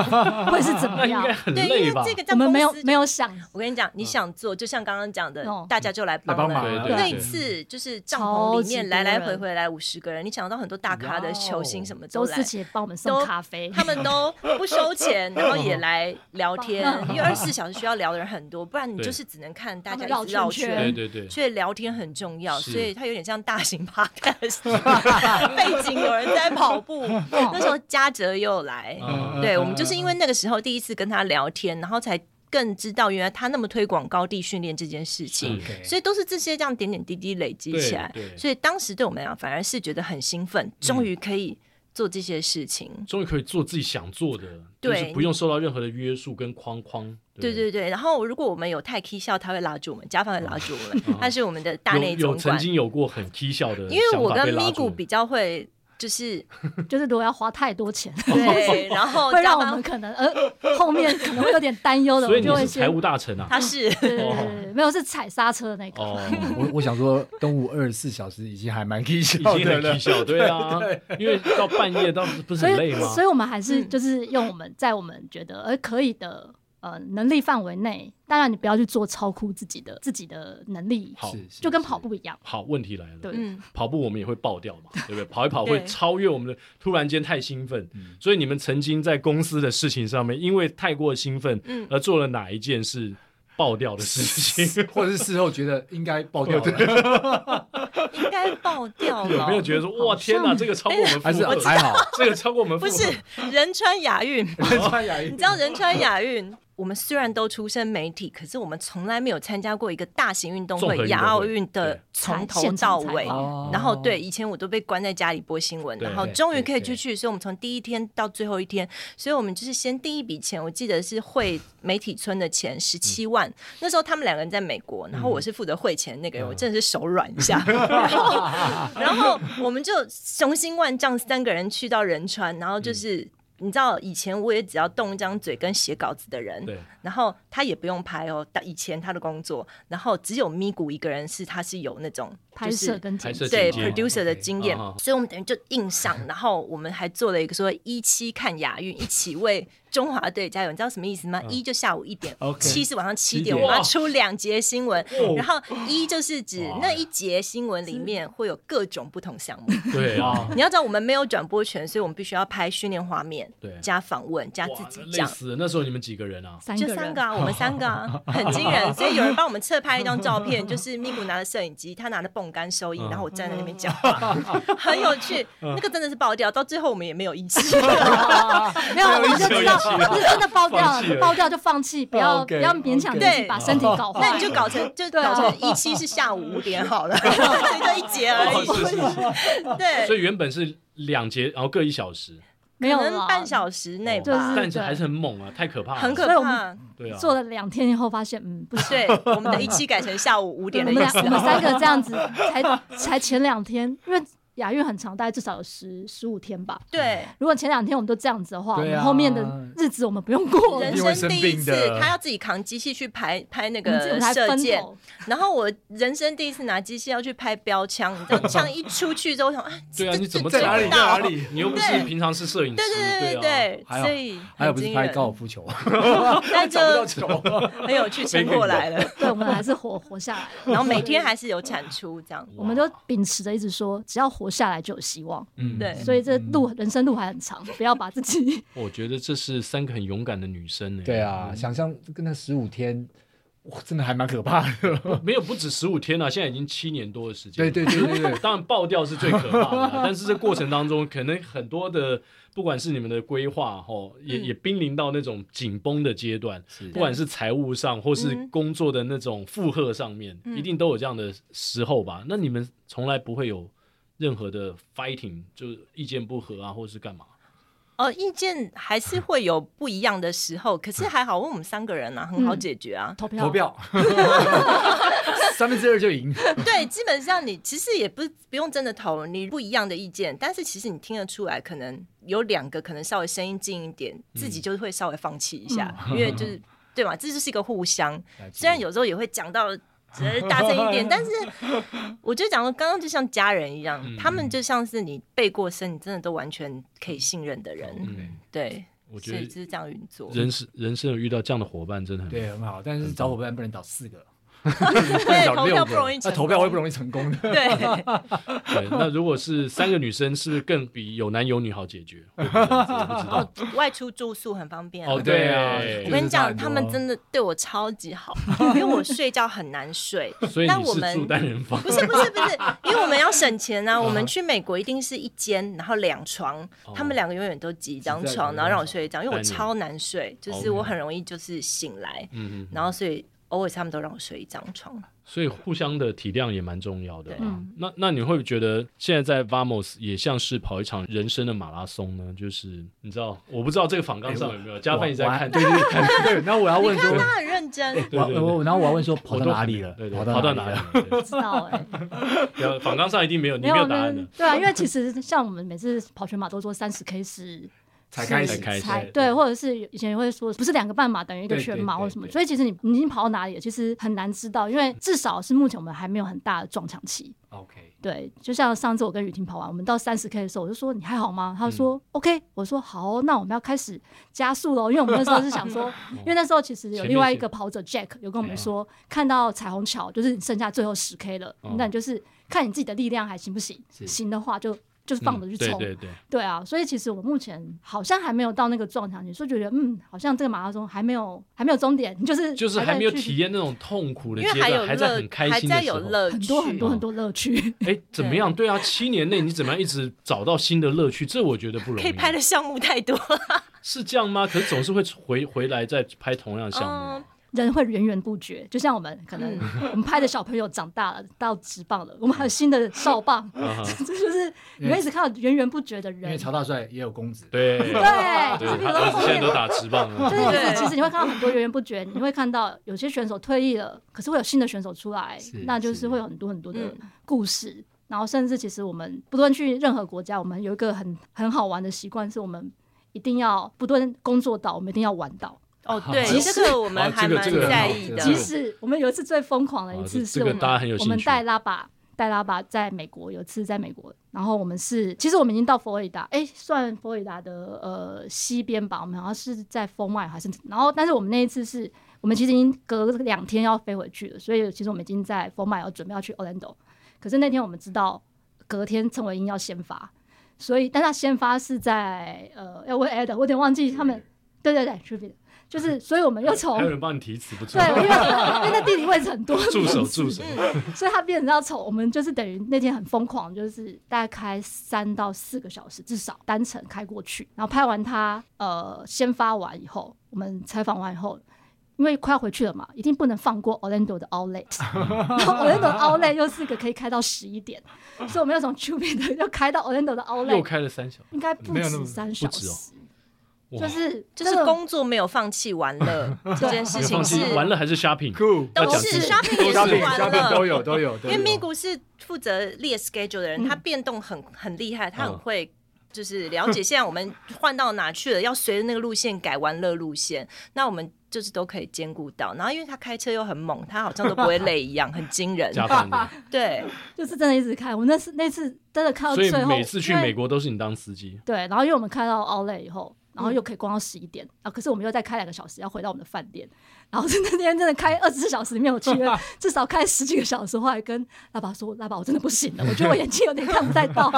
会是怎么
那应
样
该，很
对，因
累
为
吧？
这个在
我们没有
公司
没 有想，
我跟你讲，你
嗯
想做，就像刚刚讲的
哦，
大家就来帮
来帮忙
对
了
对
那一
对
次就是帐篷里面
超
来
级多
来
人
回回来五十个人，你想到很多大咖
哇
的
哦
球星什么都
周
来
思。琪帮我们送
都
咖啡，
他们都不收钱，然后也来聊 天，因为二十四小时需要聊的人很多，不然你
对
就是只能看大家
他们绕
一直绕
圈
对
圈
对对，
所以聊天很重要，
是
所以它有点像大型 podcast，背景有人在跑步。
哦
那时候嘉哲又来，
呃
嗯
对，我们就是因为那个时候第一次跟他聊天，然后才更知道原来他那么推广高地训练这件事情，
是
OK
所以都是这些这样点点滴滴累积起来
对。对嗯
所以当时对我们来讲，反而是觉得很兴奋，终于可以做这些事情。
终于可以做自己想做的，
对
就是不用受到任何的呃约束跟框框。
对
对
对对，然后如果我们有太 K 笑，他会拉住我们，家范会拉住我们，他是我们的大内
哦有
总
有曾
管。
经有过很 k 笑的，
因为我跟咪咕比，较会， 就是
就是如果要花太多钱，
对，哦然后
会让
加
我
班
们可能呃后面可能会有点担忧 的，
所
我
以
就
你
会
是财
先
务大臣啊。
他是
对对对对没有是踩刹车的那 个，
哦，
我我想说，东吴二十四小时已经还蛮 k 笑
已经
的
很
了
k 笑，哦对啊，因为到半夜到不是
所
很累
以
吗？
所以我们还是
嗯
就是用我们在我们觉得呃可以的呃能力范围内，当然你不要去做超乎自己的自己的能力，
好
是是
就跟
是
跑步一样，
好，问题来了，
对
嗯，
跑步我们也会爆掉 嘛，对不对？跑一跑会
对嗯
超越我们的，突然间太兴奋，所以你们曾经在公司的事情上面，因为太过兴奋
嗯，
而做了哪一件事爆掉的事 情？
或者是事后觉得应该爆掉了，
应该爆掉了。
有没有觉得说，哇，天哪，这个超过我们负荷，
还是还好？
这个超过我们负
不
荷
是 仁川亚运？
穿牙医
你知道仁川亚运， 我们虽然都出身媒体，可是我们从来没有参加过一个大型运动
综合
会
运动会
亚奥运
对
的从
采
头
现场
到
采
尾。
访
哦
然后对，以前我都被关在家里播新闻，
对
然后
对
终于
对
可以出
对
去，所以我们从第一天到最后一天，所以我们就是先第一笔钱，我记得是汇媒体村的钱十七
嗯
万，那时候他们两个人在美国，然后我是负责汇钱的那个人，我真的是手软一
嗯
下，然 后然后我们就雄心万丈三个人去到仁川，然后
嗯
就是。你知道以前我也只要动一张嘴跟写稿子的人，
对，
然后他也不用拍哦，但以前他的工作，然后只有咪咕一个人是他是有那种
拍
就是
摄跟剪
拍摄
辑
剪
对
接
producer 的经验
啊，
所以我们等于就硬上，然后我们还做了一个说一期看亚运，一起为中华队加油，你知道什么意思
嗯
吗？一就下午一点，
OK
七是晚上七
七
点，
点
我们要出两节新闻
哦，
然后一就是指
哇
那一节新闻里面会有各种不同项目。
对 啊，
你要知道，我们没有转播权，所以我们必须要拍训练画面
对，
加访问加自
哇，
己
累
讲。
死了！那时候你们几个人啊？
三
就
个
三
人
个。啊， 我们三个啊，很惊人。所以有人帮我们侧拍一张照片，就是咪咕拿着摄影机，他拿着泵桶干收银，
嗯
然后我站在那边讲话，
嗯
很有趣。那个真的是爆掉，到最后我们也没有一 起。
没
啊
有，我们就
只有
知
一
道
期，
就是真的爆掉
放弃
了，
了
爆掉就放弃，不要
OK，
不要勉强自
哦 OK
己把身体搞坏。
那你就搞成，就
对啊
搞成一期是下午五点好 了，对，就一节而已。
哦是是是，
哦
所
哎对，
以原本是两节，然后各一小时，哦
没有
可能
啦
半小时
哦
内
就是
吧，
但是还是很猛啊，太可怕了，
很可
所以我
怕
们。
对啊，
做了两天以后发现，嗯，不行。
对，我们的一期改成下午五
我
点的
们
意
俩
思哦
我们
好了。
三个这样子，才 才前两天，因为亚运很长，大概至少有十十五天吧。
对，
如果前两天我们都这样子的话，我
对啊
们后面的日子我们不用过了
人
一定会生
生第一
病
次
的，
他要自己扛机器去拍拍那
我们自
个
己还
射
分
箭，
头，
然后我人生第一次拿机器要去拍标枪，你知道枪一出去之后，我想啊，
对啊，
这
你怎么
这
在
知道
哪里？
这
在哪里？
你又不是
对
平常是摄影师，
对对对
啊，
对，
还好
所以
还有
很
不是
惊
拍
人
高尔夫球，
但就
找不到球。
嗯
很有趣，撑过来了。
对，我们还是活活下来了。
然后每天还是有产出这样，
哇
我们都秉持着一直说，只要活下来就有希望。
嗯
对
所以这路人生路还很长，不要把自己
我觉得这是三个很勇敢的女生呢。
对啊，
嗯
想象跟那十五天，哇，真的还蛮可怕的。
没有不止十五天了，啊现在已经七年多的时间
对
了。
对对对对，
当然爆掉是最可怕的啦，但是这过程当中，可能很多的，不管是你们的规划吼，也、
嗯
也濒临到那种紧绷的阶段，
是
不管是财务上或是
嗯
工作的那种负荷上面，
嗯
一定都有这样的时候吧？那你们从来不会有任何的 fighting，就是意见不合啊，或是干嘛？
哦，意见还是会有不一样的时候，可是还好，因为我们三个人啊，很
嗯
好解决啊。
投票。
投票，三分之二就赢。
对，基本上你其实也不不用真的投，你不一样的意见，但是其实你听得出来，可能有两个可能稍微声音近一点，自己就会稍微放弃一下，
嗯
因为就是对嘛，这就是一个互相。 虽然有时候也会讲到。只是大声一 点，但是我就讲说，刚刚就像家人一样，
嗯
他们就像是你背过身，你真的都完全可以信任的人，
嗯，
对，
我
所
觉
以
得
就是这样运作。
人生人生有遇到这样的伙伴，真的很
对，很好，但是找伙伴不能找四个，不能
对，
找
投
六
票
个，
不容易
那
成功，
投票会不容易成功的。
对，
对。那如果是三个女生，是不是更比有男有女好解决？我不知道。
外出住宿很方便啊。
哦对啊
我跟你讲，他们
的
真的对我超 级好，因为我睡觉很难睡。
所以
哦那
你
我
是
们
住单人房，
不是不是不是，因为我们要省钱
嗯
啊！我们去美国一定是一间，然后两床，
哦
他们两个永远都挤一张
挤在
床，
一张
然后让我睡一张，因为我
单人
超难睡，
哦
就是我很容易就是醒来，
嗯嗯，
然后所以 always 他们都让我睡一张床。
所以互相的体谅也蛮重要的吧。
对
嗯
那那你会不会觉得现在在 Vamos 也像是跑一场人生的马拉松呢？就是你知道，我不知道这个访纲上有没有，加
哎我
菲也在看，
对对 对对。然后我要问说，
他很认真，
对对对
我我然后我要问说跑
我
到
都
哪
还没
里了？
对对，
跑
跑
到
到
哪
哪
里
里
了？
了？对
知道哎、
对访纲上一定没有，你
没
没有答
那
案的。
对啊，因为其实像我们每次跑全马都说三十 K 是
才
是
开始
才开始
才
对
对，或者是以前会说不是两个半马等于一个
对
全
对
马
对
或什么，
对
所以其实你你已经跑到哪里了，其实很难知道，因为至少是目前我们还没有很大的撞墙期。
OK，
对，就像上次我跟雨婷跑完，我们到三十 K 的时候，我就说你还好吗？
嗯
她说、OK，我说好哦、那我们要开始加速喽，因为我们那时候是 想说，因为那时候其实有
哦前
另外
面
一
是嗯
个跑者 Jack 有跟我们说，看到彩虹桥就是你剩下最后十 K 了，
哦
那你就是看你自己的力量还行不行，
是
行的话就就是放着去
嗯
冲
对，对对，
对啊，所以其实我目前好像还没有到那个撞墙期，就觉得嗯，好像这个马拉松还没有还没有终点，就是
就是还
在
没有
去
体验那种痛苦的
因
阶
为还有
段，还在
乐
很，开
还
心的
在
时
有
候。
乐
很
趣，
多
哦
很多很多乐趣。
哎，怎么样？对啊，七年内你怎么样一直找到新的乐趣？这我觉得不容易。
可以拍的项目太 多。
是这样吗？可是总是会回回来再拍同样的项目
嗯
啊。，
人会源源不绝，就像我们可能 我们拍的小朋友长大了到直棒了，我们还有新的少棒，
啊哈
这就是你会一直看到源源不绝的
因为
人。
曹大帅也有公子，
对对，
对，就是比如
他
说
儿
后
子现在
面
都打直棒了
就。是有时
对
候其实你会看到很多源源不绝，你会看到有些选手退役了，可是会有新的选手出来
是，
那就是
是
会有很多很多的
嗯
故事。然后甚至其实我们不论去任何国家，我们有一个很很好玩的习惯，是我们一定要不论工作到，我们一定要玩到。
哦，对，
即
这
使
个我们
啊这
还
个
蛮
这个
在
很好
意
这
的
个。
即使我们有一次最疯狂的一
啊
次
这这
是我
个
们
大家很有
我
兴
们
趣
带拉巴带拉巴在美国有一次在美国，然后我们是其实我们已经到佛罗里达，哎，算佛罗里达的呃西边吧，我们好像是在风外还是，然后但是我们那一次是我们其实已经隔两天要飞回去了，所以其实我们已经在风外要准备要去 Orlando，可是那天我们知道隔天陈伟英要先发，所以但他先发是在呃要问 Ad，我有点忘记他们，对对对 t r i v i 就是所以我们又从
嗯还有人帮你提词不错
对，，因为 因为那地理位置很多，
助手助手，
所以它变成要从我们就是等于那天很疯狂，就是大概开三到四个小时至少单程开过去，然后拍完它呃先发完以后，我们采访完以后。因为快要回去了嘛，一定不能放过 Orlando 的 Outlet，然后 Orlando 的 Outlet 又是个可以开到十一点，所以我们要从 Jupiter 又开到 Orlando 的
又
Outlet，
开了三小时，
应该不
没有那么
止三小
不止哦
时，
哦哇
就是
就是
真的
工作没有放弃玩乐这件事
没有
情
放弃
是，
玩了还是 shopping，
酷，
要
都
讲
是
清楚
shopping 也
嘉
是
宾
玩
嘉宾
乐，
都有都有，都
因
啊
有
为咪咕是负责列 schedule 的人，
嗯
他变动很很厉害，他
嗯
很会。就是了解现在我们换到哪去了，要随着那个路线改玩乐路线，那我们就是都可以兼顾到。然后因为他开车又很猛，他好像都不会累一样，很惊人。
加班的，
对，
就是真的一直开，我那次那次真的看到
所
最
以
后，
每次去
因为
美国都是你当司机，
对，然后因为我们开到奥莱以后，
嗯
然后又可以逛到十一点、啊，可是我们又再开两个小时要回到我们的饭店，然后那天真的开二十四小时里面，我去 了至少开十几个小时，后来跟拉爸说，拉爸我真的不行了，我觉得我眼睛有点看不太 到，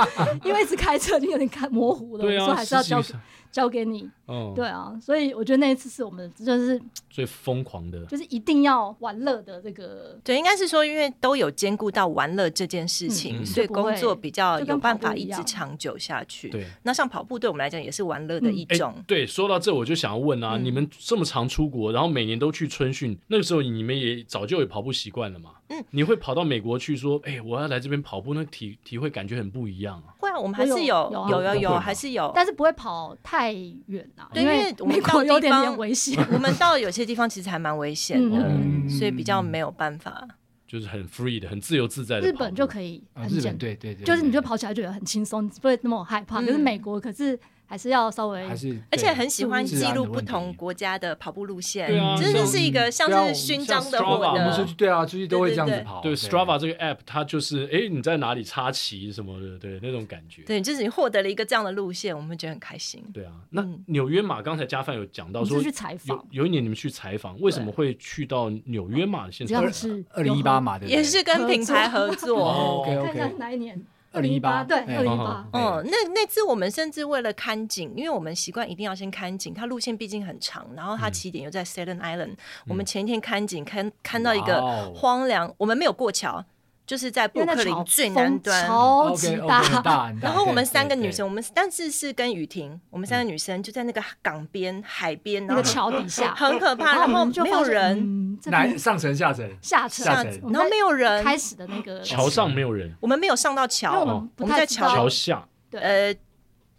因为一直开车已经有点看模糊了，
对
我说
啊，
还是要
司机
交给交给你，
哦
嗯，
对，啊，所以我觉得那一次是我们就是
最疯狂的，
就是一定要玩乐的这个。
对，应该是说，因为都有兼顾到玩乐这件事
嗯
情，
嗯
所以工作比较
就跟
有办
跑
法
步一
一直
样
长久下去。
对。
那像跑步对我们来讲也是玩
嗯
乐的一
哎
种。
对，说到这我就想要问啊，你们这么常出国，然后每年都去春训，那个时候你们也早就有跑步习惯了嘛？
嗯，
你会跑到美国去说，哎、我要来这边跑步，那体体会感觉很不一样啊。
会啊，我们还
我
是
有
有
有
有
啊
有
都会嘛
还是有。
但是不会跑太远啊，
对
因
因为我们
美
到
国
地
有点
方
点危险。
我们到有些地方其实还蛮危险的，
嗯
嗯
所以比较没有办法。
就是很 free 的，很自由自在的。
日本就可以
啊
很
日
简
本对对对，
就是你
对
就跑起来觉得很轻松，不会那么害怕。
嗯
可是美国，可是还是要稍微
还是
而且很喜欢
治
记
安的
录
问
不同
题
国家的跑步路线，
对啊
真的
像
是一个像
对啊我
是
们
勋
像
章的
Strava，
获
我
我们
们
出
是
得
去。对啊，出去都会
对对
这样子
对
跑，
对 Strava 这个 app，它就是哎、你在哪里插旗什么的，对那种感觉。
对，就是你获得了一个这样的路线，我们会觉得很开心。
对啊，那
嗯
纽约马刚才加范有讲到
你
说
是去采
有
访，
有一年你们去采访，为什么会去到纽约马的现
这
场？
样是
二零一八。嘛，对不对，
也是跟品牌合作。
哦
，OK
看一下是
OK，
哪一年？
二零一八，
对，
哎
二零一
哦
八。
嗯，那那次我们甚至为了看景，因为我们习惯一定要先看景，它路线毕竟很长，然后
嗯
它起点又在 Staten Island，、我们前一天看景看看到一个
哇哦
荒凉，我们没有过桥，就是在布
因为
克
那
林
潮
最南端，
超
OK，
级
OK，
大，
很大很大
然后我们
对
三
对
个女
嗯对
生，我们但是是跟雨婷，我们三个女生就在那个港边海边，
那
然
个
后
桥底下，
很可怕，
然后
然
我
后
们就
没
发
有
现
人，
嗯这
南
边
上层下层，
下车，
下
我
层
们
然后没有
在
人，
开始的那个
桥上没有人，
我们没有上到
因为
桥，
我
哦
们不
我们在
太知道
桥
桥
下
对，
呃，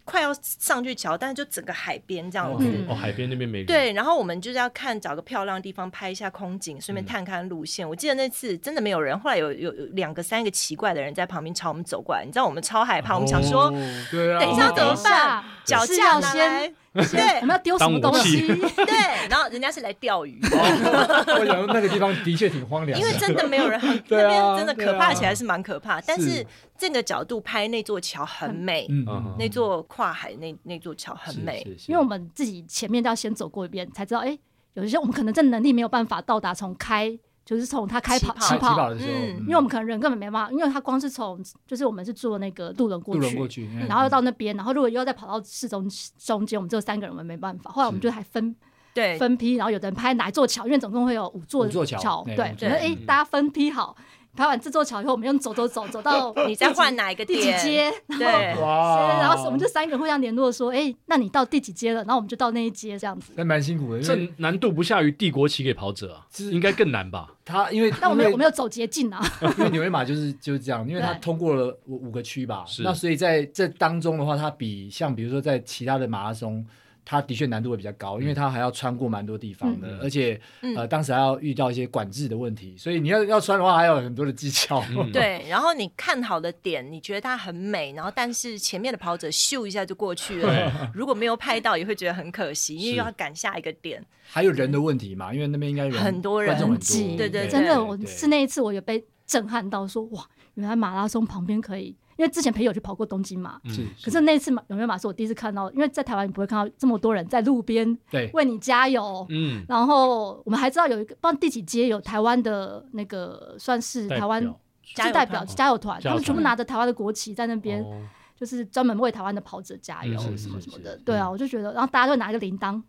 快要上去桥，但是就整个海边这样
嗯
子。
嗯
哦，海边那边没人。
对，然后我们就是要看找个漂亮的地方拍一下空
嗯
景，顺便探看路线。我记得那次真的没有人，后来有有有两个三个奇怪的人在旁边朝我们走过来，你知道我们超害怕，我们想说
对啊，
等一下怎么办？
对
脚
是
架
要
拿
先
来，
先我们要丢什么
当
东
武器
西？
对，然后人家是来钓鱼的。
哦我想说那个地方的确挺荒 凉的，
因为真的没有人很，
对
那
啊
边真的可
对啊
怕起来是蛮可怕，但
是
是这个角度拍那座桥很美，
嗯
嗯
那座跨海那那座桥很美，
是，是是
因为我们自己前面都要先走过一遍，才知道，哎、有一些我们可能真的能力没有办法到达从开，就是从他开跑
起跑
起
起
跑
跑，
的时候，
嗯
因为我们可能人根本没办法，因为他光是从就是我们是坐那个路轮过
渡轮
去，
过去，嗯
然后又到那边，然后如果又要再跑到市中中间，我们只有三个人，我们没办法。后来我们就还分
对，
分批，然后有的人拍哪一座桥，因为总共会有五座
五座桥对
对，
五
我
座
们
桥
哎、大家分批好，拍完这座桥以后，我们用走走走走到
你再换哪一个
第几
点？
街，
对，
哦
哇，
然后我们就三个人互相联络说，哎、那你到第几街了？然后我们就到那一街这样子。
那蛮辛苦的，因
这
为
难度不下于帝国旗给跑者啊，
是
应该更难 吧？
他因为
但我们
因
有
为
我们有走捷径啊，
因为纽约马就是就是这样，因为它
对
通过了五五个区吧，
是
那所以在这当中的话，它比像比如说在其他的马拉松，它的确难度会比较高，因为它还要穿过蛮多地方的，
嗯
而且
嗯
呃当时还要遇到一些管制的问题，所以你要要穿的话，还有很多的技巧。
嗯
对，然后你看好的点，你觉得它很美，然后但是前面的跑者咻一下就过去
对
了，如果没有拍到，也会觉得很可惜，因
是
为要赶下一个点。
还有人的问题嘛，因为那边应该人
很多人
观众很
挤
多，
对对对
真的，我是那一次我也被震撼到说，哇，原来马拉松旁边可以，因为之前陪友去跑过东京嘛。
嗯
是，
可是那次马纽约马是我第一次看到，因为在台湾你不会看到这么多人在路边
对
为你加油。
嗯，
然后我们还知道有一个，不知道第几街有台湾的那个，算是
代
台湾
表
是代表
加油团
加
加油团
油团，他们全部拿着台湾的国旗在那边，
哦
就是专门为台湾的跑者加油
嗯是
什么
是
什么
是
的。对啊，我就觉得，然后大家就拿一个 铃铛，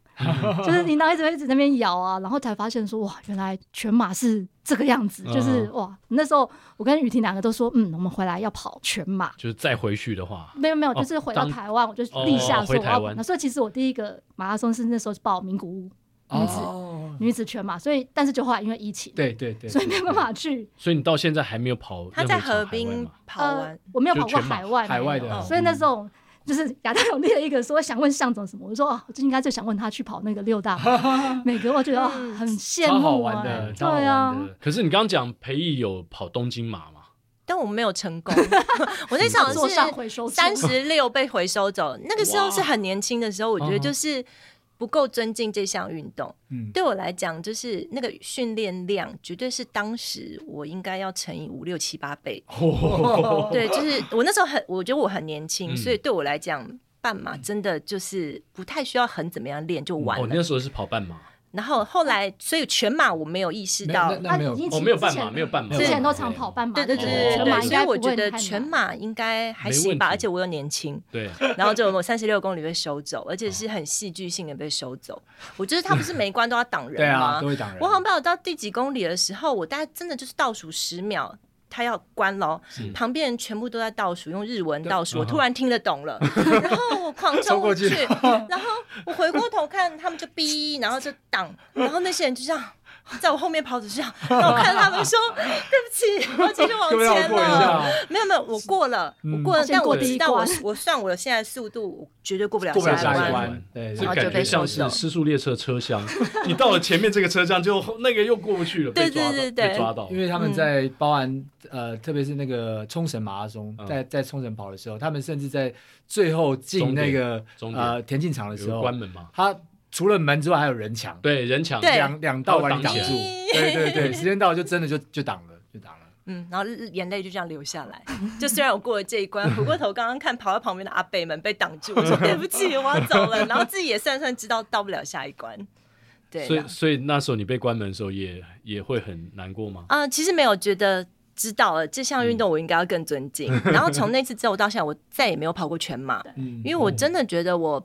就是铃铛一直一直在那边摇啊，然后才发现说哇，原来全马是这个样子，就是、
嗯
哇，那时候我跟雨婷两个都说，嗯，我们回来要跑全马。
就是再回去的话，
没有没有，
哦
就是回到
当
台湾，我就立下
哦
说
回
我
台
要跑。
湾
那所以其实我第一个马拉松是那时候是报名古屋女子
哦，
女子全马，所以但是就后来因为疫情，
对对对，
所以没有办法去。
所以你到现在还没有跑
他
任何一场
在
海外
河滨
吗
跑
呃
完，，
我没有
就
跑过
全马
海外
海外
没有
的
所以那时候就是亚太有列了一个说想问向总什么，我说啊，我就应该最想问他去跑那个六大马美国，我觉得啊
嗯
很羡
超好
慕
玩
啊
的，，超好
对啊
玩，的。
可是你刚刚讲裴毅有跑东京马嘛？
但我没有成 功。我那场
坐上
是
回收车
三十六被回收走，那个时候
哇
是很年轻的时候，我觉得
嗯
就是不够尊敬这项运动。
嗯，
对我来讲，就是那个训练量绝对是当时我应该要乘以五六七八 倍。对，就是我那时候很，我觉得我很年轻，
嗯
所以对我来讲。半马真的就是不太需要很怎么样练就完
哦，你
了，
那时候是跑半马，
然后后来所以全马我没有意识
没
到
那，那没有
啊已经
哦，没有半马，没有半马，
之前都常跑半马，
对对对对
哦
对
全
对，
马
所以
应该
我
不会
觉得
太难
全马应该还
没
行吧，
问题
而且我又年轻，
对，
然后就我三十六公里被收走，而且是很戏剧性的被收走。我觉得他不是每一关都要挡
对
人吗
啊，都？会挡人。
我好像不知道到第几公里的时候，我大概真的就是倒数十秒。他要关喽，旁边人全部都在倒数，用日文倒数，我突然听得 懂了，然后我狂冲
冲过去
去，然后我回过头看，他们就逼，然后就挡，然后那些人就这样在我后面跑，只这样，然后我看他们说对不起，然后 继续
要
往
不要
前
过一
了
哦
下，
没有没有，我过了，我过了，
先
但
过
我
第一
知道我
关
我算我现在速度，我绝对过不了
过不了
下
下
一
一
关。
关，对，
这
然后就
感觉
被
像
收
是
走
失速列车车厢， 你到了前面这个车厢，就那个又过不去了，被
对
抓到，
对对
被
对
抓到
因，为他们在
嗯
包含呃，特别是那个冲绳马拉松，
嗯
在在冲绳跑的时候，他们甚至在最后
终
进
点
那个
终点
呃田径场的时
有
候，
关门嘛，
他除了门之外还有人墙，
对，人墙，
对
两两道把你
挡
挡住
起来，
对对 对，时间到了就真的就就挡了，就挡了。
嗯，然后眼泪就这样流下来。就虽然我过了这一关，回过头刚刚看跑到旁边的阿贝们被挡住，我说对不起，我要走了。然后自己也算算知道到不了下一关，对。
所
然
以
后
所以那时候你被关门的时候也也会很难过吗？
啊、其实没有觉得知道了这项运动我应该要更尊敬。然后从那次之后到现在，我再也没有跑过全马，
嗯
因为我真的觉得我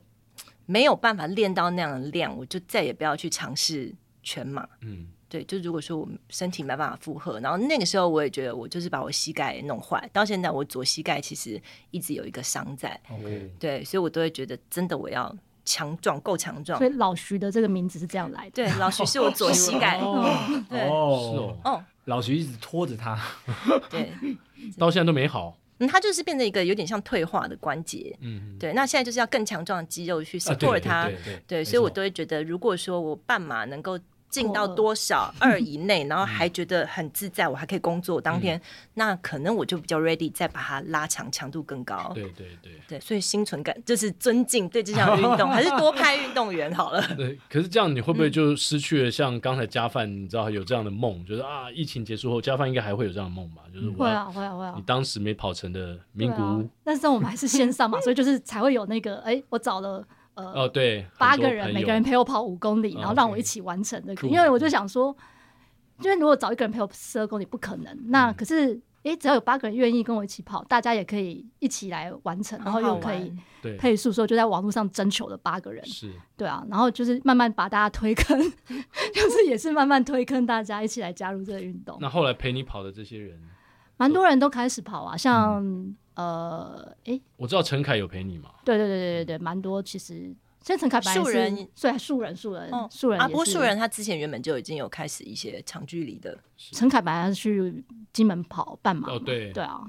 没有办法练到那样的量，我就再也不要去尝试全马。
嗯，
对，就如果说我身体没办法负荷，然后那个时候我也觉得我就是把我膝盖弄坏，到现在我左膝盖其实一直有一个伤在，
嗯
OK，
对，所以我都会觉得真的我要强壮，够强壮
所。以老徐的这个名字是这样来的。
对，老徐是我左膝盖，
哦
对，
是
哦，
哦，
哦，
老徐一直拖着他，
对，
到现在都没好，
嗯，它就是变成一个有点像退化的关节，
嗯，
对，那现在就是要更强壮的肌肉去
啊对
support 它，
对对
对
对，所以我都会觉得，如果说我半马能够进到
过二
多 少二以内，然后
嗯
还觉得很自在，我还可以工作当天，那可能我就比较 ready，再把它拉长，强度更高。
对对对。
对，所以心存感就是尊敬对这项运 动，还是多拍运动员好了。
对，可是这样你会不会就失去了像刚才加饭，你知道有这样的梦，就是啊，疫情结束后，加饭应该还会有这样的梦吧？就是我
会
要
啊会啊会啊
你，当时没跑成的名古
对啊
屋，，
那时候我们还是线上嘛，所以就是才会有那个，哎，我找了呃
哦，对，
八
很多
个人，
朋
每
友
个人陪我跑五公里，
啊
然后让我
OK
一起完成这个，
Cool
因为我就想说，因为如果找一个人陪我十二公里不可能，那
嗯
可是。诶，只要有八个人愿意跟我一起跑，大家也可以一起来完成，然后又可以
对
配速，说就在网络上征求的八个人，
是
对啊，然后就是慢慢把大家推坑， 就是也是慢慢推坑大家一起来加入这个运动。
那后来陪你跑的这些人，
蛮多人都开始跑啊，像、
嗯
呃，诶，
我知道陈凯有陪你嘛？
对对对对对对，蛮多其实。现在陈凯白
素人，
对素人素人
哦
素人
啊，
也
不过
是
树人他之前原本就已经有开始一些长距离的，
陈凯本来是去金门跑半马嘛，
哦对
对啊，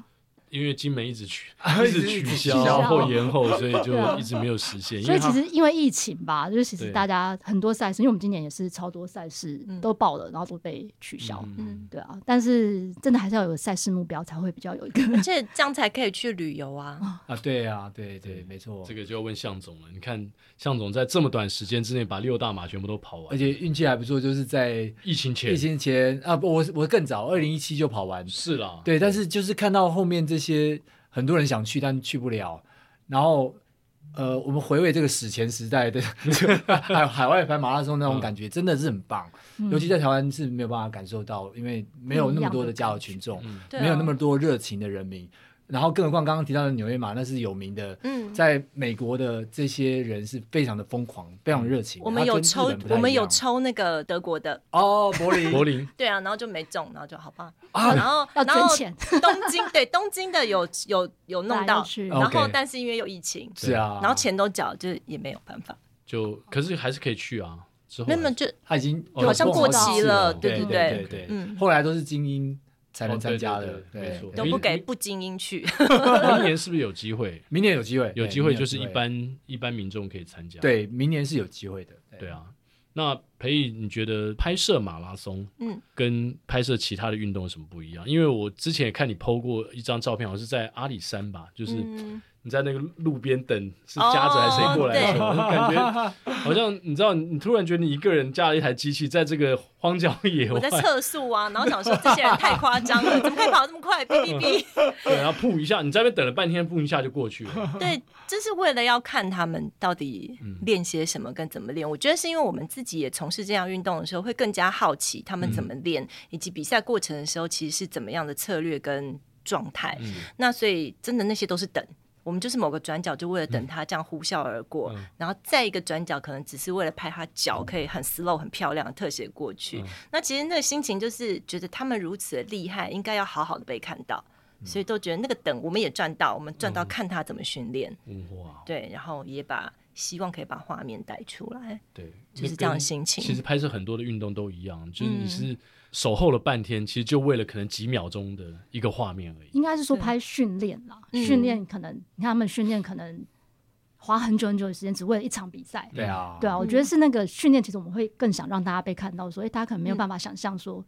因为金门一直取
一直
取
取
消
消
或延后，所以
对
就
啊
一直没有实现。因
所
为
以其
他
实因为疫情吧，就是其实
对
大家很多赛事，因为我们今年也是超多赛事
嗯
都报了，然后都被取消，
嗯，
对啊，但是真的还是要有赛事目标才会比较有一 个
而且这样才可以去旅游
哦
啊。
啊，对啊，对对，没
嗯
错，
这个就要问向总了。你看向总在这么短时间之内把六大马全部都跑
而
完，
且运气还不错，就是在
疫情前
疫情前啊，不，我是我更早，二零一七就跑完，
是啦，
对，但是就是看到后面这些很多人想去，但去不了，然后。呃，我们回味这个史前时代的就海海外排马拉松那种感
嗯
觉，真的是很棒。
嗯
尤其在台湾是没有办法感受到，因为没有那么多的家有群众，
嗯
对啊
没有那么多热情的人民。然后更何况刚刚提到的纽约马，那是有名的，
嗯
在美国的这些人是非常的疯狂，非常热情。
我们有抽
它跟日本不，太
我们
一样
有抽那个德国的，
哦，柏林，
柏林
对啊，然后就没中，然后就好吧。
啊
然后
要
然后
捐钱
东京对东京的有有有弄
打
到
下，去
然后
OK
但是因为有疫情，
是啊，
然后钱都缴，就是也没有办法。
就可是还是可以去啊。之后
没有没
还
有
是
就
他已经
哦好像
有
过
碰到
期
了
对
对
啊对
对
对，
嗯
后来都是精英才能
哦
参
对
加
对
的，
对
对
没错，
都
明
不给
明
不精英去，
明年是不是有机会？
明年有机会，
有
对
机
明
会
年
就是
机
一
会
般一般民众可以参加。
对，明年是有机会的，
对啊。那裴毅，你觉得拍摄马拉松，
嗯，
跟拍摄其他的运动有什么不一样？因为我之前也看你 PO 过一张照片，好像是在阿里山吧，就是
嗯，
你在那个路边等是家子还是谁过来的时候，我就感
哦
觉 好像你知道，你突然觉得你一个人架了一台机器，在这个荒郊野
我
外，
在测速啊，然后想说这些人太夸张了，怎么可以跑得这么快？哔哔哔。
对，然后扑一下，你在那边等了半天，扑一下就过去 了。
对，就是为了要看他们到底练些什么跟怎么练。我觉得是因为我们自己也从事这样运动的时候，会更加好奇他们怎么练，以及比赛过程的时候其实是怎么样的策略跟状态。那所以真的那些都是等。我们就是某个转角，就为了等它这样呼啸而过，然后再一个转角，可能只是为了拍它脚可以很 slow、很漂亮的特写过去。那其实那个心情就是觉得他们如此的厉害，应该要好好的被看到。
嗯
所以都觉得那个等我们也赚到，我们赚到看他怎么训练，
嗯哇，
对，然后也把希望可以把画面带出来，
对，
就是
那
这样的
跟
心情
嗯其实拍摄很多的运动都一样，就是你
嗯
是守候了半天，其实就为了可能几秒钟的一个画面而已。
应该是说
对
拍训练啦，
嗯
训练可能你看他们训练可能花很久很久的时间，只为了一场比赛。
对
嗯
啊，
对啊，我觉得是那个训练，其实我们会更想让大家被看到，所以大家可能没有办法想象说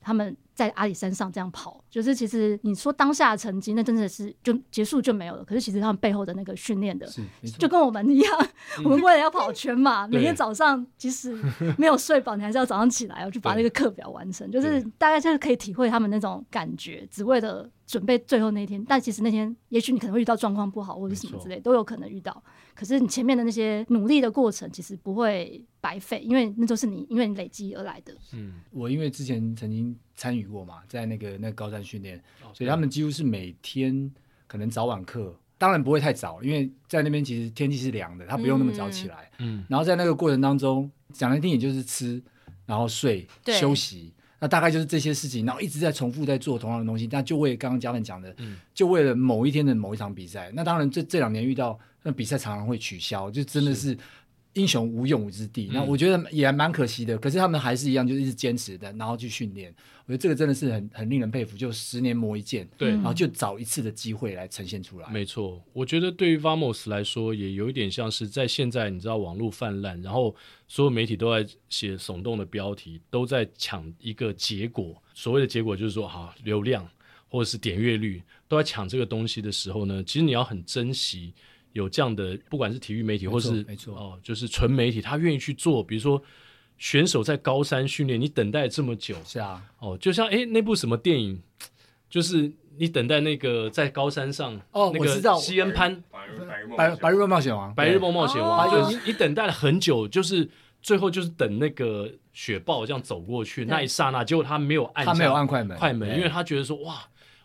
他们在阿里山上这样跑，就是其实你说当下的成绩，那真的是就结束就没有了。可是其实他们背后的那个训练的，
是没错嗯
就跟我们一样， 我们为了要跑圈嘛，
对
每天早上 即使没有睡饱，你还是要早上起来要去把那个课表完成，就是大概就是可以体会他们那种感觉，只为了准备最后那一天。但其实那天也许你可能会遇到状况不好或者什么之类，都有可能遇到。可是你前面的那些努力的过程，其实不会白费，因为那都是你因为你累积而来的。
嗯，
我因为之前曾经参与过嘛，在那个那个高山训练，
哦
所以他们几乎是每天可能早晚课，当然不会太早，因为在那边其实天气是凉的，他不用那么早起来。
嗯，
然后在那个过程当中，讲难听点就是吃，然后睡、
对
休息，那大概就是这些事情，然后一直在重复在做同样的东西。那就为刚刚嘉文讲的，
嗯
就为了某一天的某一场比赛。那当然这这两年遇到那比赛常常会取消，就真的是。英雄无用武之地，那
嗯
我觉得也蛮可惜的。可是他们还是一样，就是一直坚持的，然后去训练。我觉得这个真的是很很令人佩服，就十年磨一剑，
对
嗯
然后啊就找一次的机会来呈现出来。
没错，我觉得对于 Vamos 来说，也有一点像是在现在你知道网络泛滥，然后所有媒体都在写耸动的标题，都在抢一个结果。所谓的结果就是说，好、流量或者是点阅率都在抢这个东西的时候呢，其实你要很珍惜有这样的，不管是体育媒体
没错
或是
没错
哦、就是纯媒体，他愿意去做，比如说。选手在高山训练，你等待这么久，
是啊，
哦，就像诶那部什么电影，就是你等待那个在高山上
哦
那
我知道
个西恩潘
白日白日梦
白
想
白日梦冒险王，
《白日梦冒险王》
哎
哦
就是你你等待了很久，就是最后就是等那个雪豹这样走过去那一刹那，结果他没有按
对，
下，
他没有按快门，
快门，
对
因为他觉得说哇，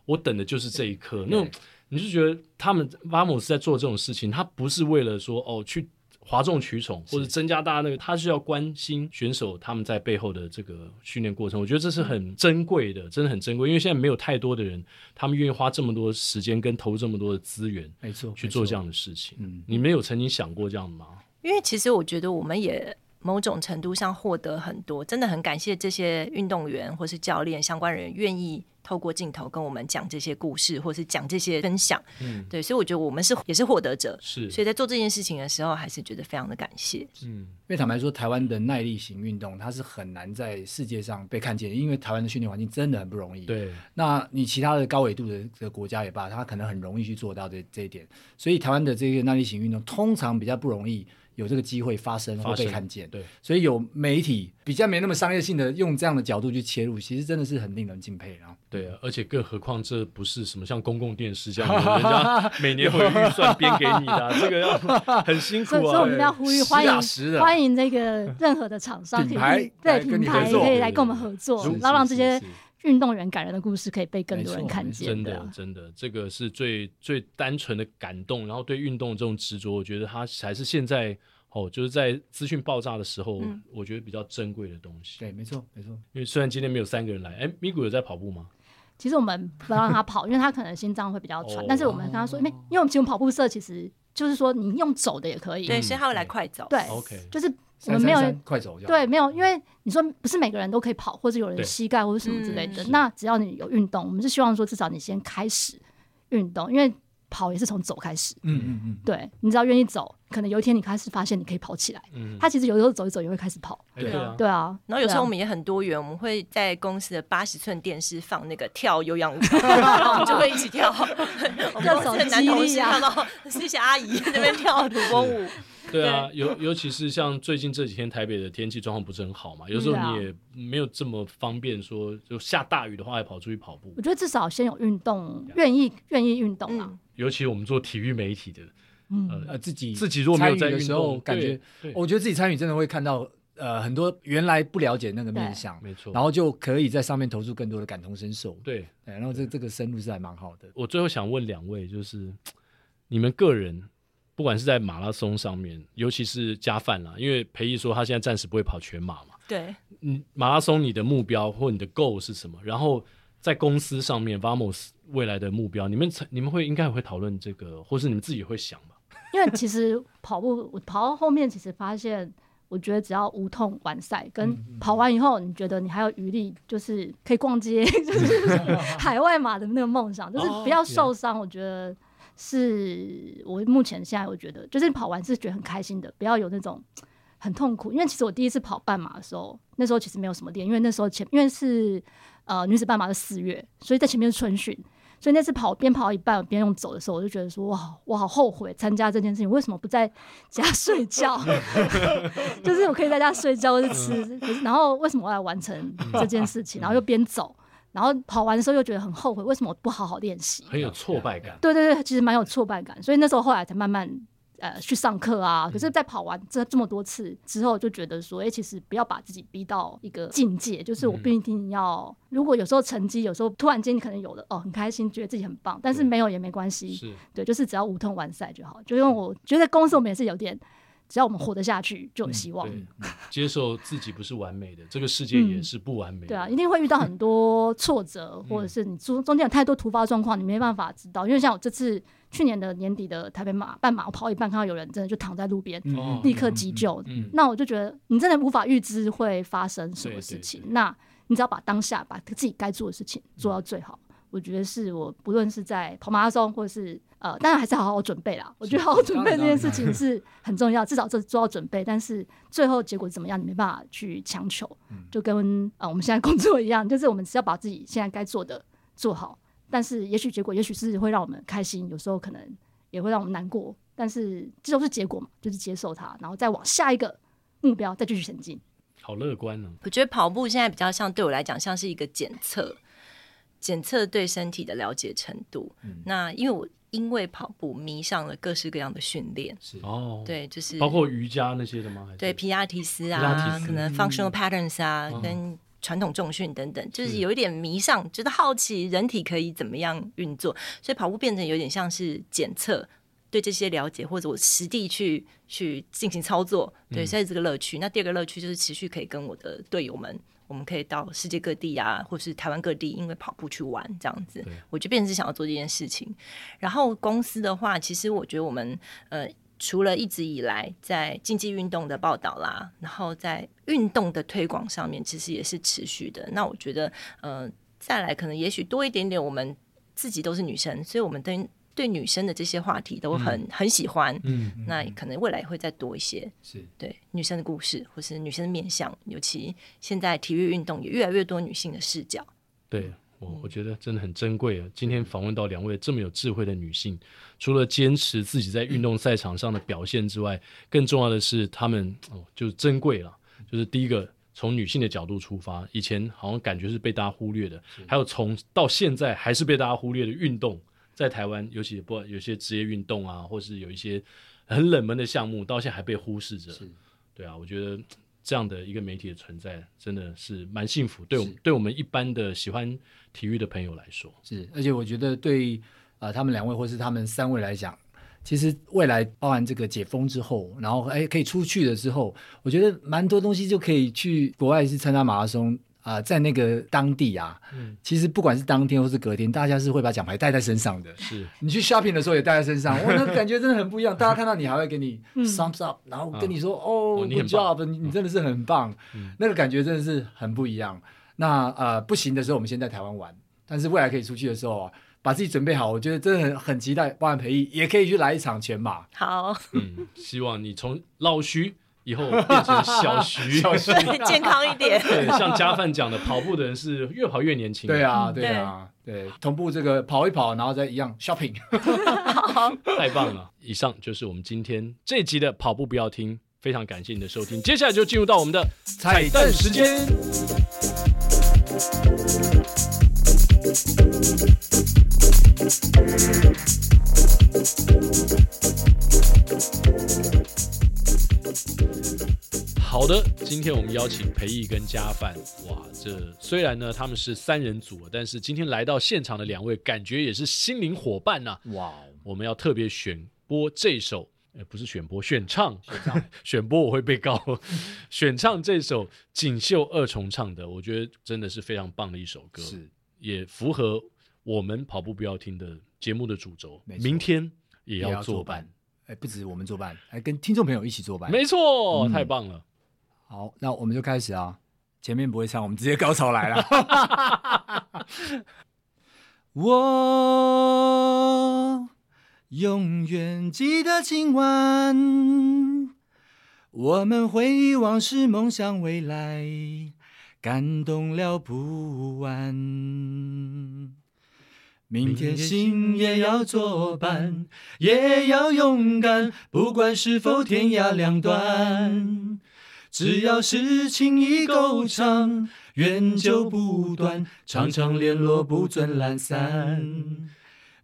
我等的就是这一刻。那种你就觉得他们拉姆斯在做这种事情，他不是为了说哦去哗众取宠或者增加大家那个，他是要关心选手他们在背后的这个训练过程。我觉得这是
嗯
很珍贵的，真的很珍贵，因为现在没有太多的人，他们愿意花这么多时间跟投入这么多的资源
没错，
去做这
没
样的事情。
嗯
你们有曾经想过这样吗？
因为其实我觉得我们也某种程度上获得很多，真的很感谢这些运动员或是教练相关人愿意透过镜头跟我们讲这些故事，或是讲这些分享。
嗯
对，所以我觉得我们是也是获得者，
是，
所以在做这件事情的时候，还是觉得非常的感谢。
嗯，
错。因为坦白说，台湾的耐力型运动它是很难在世界上被看见的，因为台湾的训练环境真的很不容易。，
对，
那你其他的高纬度的这个国家也罢，它可能很容易去做到这这一点，所以台湾的这个耐力型运动通常比较不容易有这个机会发生或
发
被
生
看见。
对，
所以有媒体比较没那么商业性的用这样的角度去切入，其实真的是很令人敬佩。然后，
对啊，而且更何况这不是什么像公共电视这样，人家每年会有预算编给你的啊、这个要很辛苦
所以，所以
啊
我。们要呼吁
实
欢
打
迎
实的
欢迎这个任何的厂商可
品
以
牌
对
来跟
品
你
牌
合作
可以来跟我们合作
是，
嗯然后让这
是
些
是是
运动员感人的故事可以被更多
没
人
错
看
没错
见
真
的
的
啊。
真的，这个是最最单纯的感动，然后对运动这种执着，我觉得它才是现在哦，就是在资讯爆炸的时候，
嗯
我觉得比较珍贵的东西。
对，没错，没错。
因为虽然今天没有三个人来，哎，咪咕有在跑步吗？
其实我们不让他跑，因为他可能心脏会比较喘
哦。
但是我们跟他说，因为因为我们其实跑步社其实就是说你用走的也可以，
对，所以
嗯
他会来快走。
对
哦 OK
哎就是
哦三
我们没有
三三快走就好
对，没有，因为你说不是每个人都可以跑，或者有人
对
膝盖或者什么之类的。
嗯
那只要你有运动，我们是希望说至少你先开始运动，因为跑也是从走开始。
嗯嗯嗯，
对，你只要愿意走，可能有一天你开始发现你可以跑起来。
嗯，
他其实有时候走一走也会开始跑。
哎对啊，
对啊，
然后有时候我
对啊
们也很多元，我们会在公司的八十寸电视放那个跳有 氧舞，然后我们就会一起跳。 我们公司的男同事看 到是一些阿姨在那边跳土风舞，
对啊，尤尤其是像最近这几天台北的天气状况不是很好嘛，有时候你也没有这么方便说，就下大雨的话还跑出去跑步
我。觉得至少先有运动，愿意愿意运动啊。
嗯，
尤其我们做体育媒体的，
嗯，
呃
呃，自己
自己如果没有
参与
在
的
运
时候，
动
感觉
对对
我觉得自己参与真的会看到呃很多原来不了解那个面
对
相，
没错
然后就可以在上面投入更多的感同身受。
对
对，然后这这个深入是还蛮好的。
我最后想问两位，就是你们个人，不管是在马拉松上面，尤其是加饭啦，因为裴毅说他现在暂时不会跑全马嘛，
对，
嗯，马拉松你的目标或你的 goal 是什么？然后在公司上面，Vamos 未来的目标，你们你们会应该也会讨论这个，或是你们自己会想吧？
因为其实跑步，我跑到后面，其实发现，我觉得只要无痛完赛，跟跑完以后，你觉得你还有余力，就是可以逛街， 就是海外马的那个梦想，就是不要受伤。我觉得是我目前现在我觉得，就是跑完是觉得很开心的，不要有那种很痛苦。因为其实我第一次跑半马的时候，那时候其实没有什么练，因为那时候前因为是呃女子半马是四月，所以在前面是春训。所以那次跑边跑一半我边用走的时候，我就觉得说哇，我好后悔参加这件事情，为什么不在家 睡觉？就是我可以在家睡觉或者吃，可是然后为什么我要完成这件事情？然后又边走，然后跑完的时候又觉得很后悔，为什么我不好好练习？
很有挫败感。
对对对，其实蛮有挫败感，所以那时候后来才慢慢呃去上课
嗯
啊。可是，在跑完这这么多次之后，就觉得说，哎、其实不要把自己逼到一个境界，就是
嗯
我不一定要。如果有时候成绩，有时候突然间你可能有了哦，很开心，觉得自己很棒，但是
对
没有也没关系，
是，
对，就是只要无痛完赛就好。就因为我觉得公司我们也是有点，只要我们活得下去就有希望。
嗯对，接受自己不是完美的，这个世界也是不完美的。
对啊，一定会遇到很多挫折，
嗯
或者是你中中间有太多突发状况，你没办法知道。因为像我这次去年的年底的台北马半马，我跑一半看到有人真的就躺在路边，
哦
嗯立刻急救。
嗯
那我就觉得你真的无法预知会发生什
对
么事
对
情
对，
那你只要把当下把自己该做的事情做到最好。我觉得是我不论是在跑马拉松，或者是呃，当然还是好好准备啦。我觉得好好准备这件事情是很重要，至少这做好准备。但是最后结果怎么样，你没办法去强求，就跟呃我们现在工作一样，就是我们只要把自己现在该做的做好。但是也许结果，也许是会让我们开心，有时候可能也会让我们难过，但是这都是结果嘛，就是接受它，然后再往下一个目标再继续前进。
好乐观哦呢、
我觉得跑步现在比较像对我来讲像是一个检测，检测对身体的了解程度。
嗯
那因为我因为跑步迷上了各式各样的训练，
哦，，
对，就是
包括瑜伽那些的吗？还是
对皮亚提斯
皮拉
啊，
提斯
可能 functional patterns 啊，
嗯
跟传统重训等等，就是是有一点迷上，觉得好奇人体可以怎么样运作，所以跑步变成有点像是检测。对这些了解，或者我实地去去进行操作，
嗯
对，所以这个乐趣。那第二个乐趣就是持续可以跟我的队友们，我们可以到世界各地啊，或是台湾各地，因为跑步去玩这样子
对。
我就变成是想要做这件事情。然后公司的话，其实我觉得我们呃除了一直以来在竞技运动的报道啦，然后在运动的推广上面，其实也是持续的。那我觉得，呃，再来可能也许多一点点，我们自己都是女生，所以我们对对女生的这些话题都很、很喜欢。
嗯，
那可能未来会再多一些
是
对女生的故事，或是女生的面向，尤其现在体育运动也越来越多女性的视角。
对我，我觉得真的很珍贵啊！今天访问到两位这么有智慧的女性，除了坚持自己在运动赛场上的表现之外，更重要的是她们哦，就是珍贵了。就是第一个，从女性的角度出发，以前好像感觉是被大家忽略的，还有从到现在还是被大家忽略的运动，在台湾，尤其不有些职业运动啊，或是有一些很冷门的项目，到现在还被忽视着。对啊，我觉得。这样的一个媒体的存在，真的是蛮幸福。对我们对我们一般的喜欢体育的朋友来说，
是，而且我觉得对啊、呃他们两位或是他们三位来讲，其实未来包含这个解封之后，然后哎可以出去了之后，我觉得蛮多东西就可以去国外去参加马拉松啊、在那个当地啊，
嗯
其实不管是当天或是隔天，大家是会把奖牌带在身上的。
是
你去 shopping 的时候也带 在身上，哇，那感觉真的很不一样。大家看到你还会给你 thumbs up，、然后跟你说、哦
哦你
g o o
很
d job，你你真的是很棒，
嗯
那个感觉真的是很不一样。那呃不行的时候，我们先在台湾玩，但是未来可以出去的时候啊，把自己准备好，我觉得真的很很期待。包含培艺也可以去来一场全马，
好，
嗯，希望你从老徐以后变成小徐，
小徐
对，健康一点。
对，像加范讲的，跑步的人是越跑越年轻。
对，啊，
嗯
对啊，对，同步这个跑一跑，然后再一样 shopping。
太棒了！以上就是我们今天这一集的跑步不要听，非常感谢你的收听。接下来就进入到我们的
彩蛋时间。
好的，今天我们邀请裴毅跟加范，哇，这虽然呢他们是三人组，但是今天来到现场的两位，感觉也是心灵伙伴呐、
哇哦，
我们要特别选播这首，呃，不是选播，选唱，选唱，选播我会被告。 选唱这首锦绣二重唱的，我觉得真的是非常棒的一首歌，
是
也符合我们跑步不要听的节目的主轴。
没错
明天也
也
要
要
作
作
伴
伴，，哎，不止我们作伴，还跟听众朋友一起作伴。
没错，
嗯
太棒了。
好，那我们就开始啊。前面不会唱，我们直接高潮来了。我永远记得今晚，我们回忆往事，梦想未来，感动了不完。明天心也要作伴，也要勇敢，不管是否天涯两端。只要是情谊够长，缘就不断，常常联络不准懒散。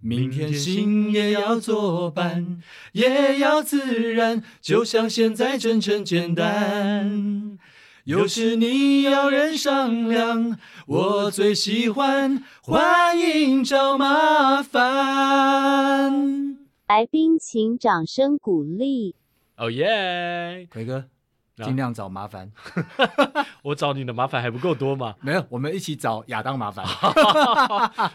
明天心也要作伴，也要自然，就像现在真诚简单。有时你要人商量，我最喜欢欢迎找麻烦。
来宾请掌声鼓励。
哦耶！
奎哥，
啊
尽量找麻烦，
我找你的麻烦还不够多吗？
没有，我们一起找亚当麻烦。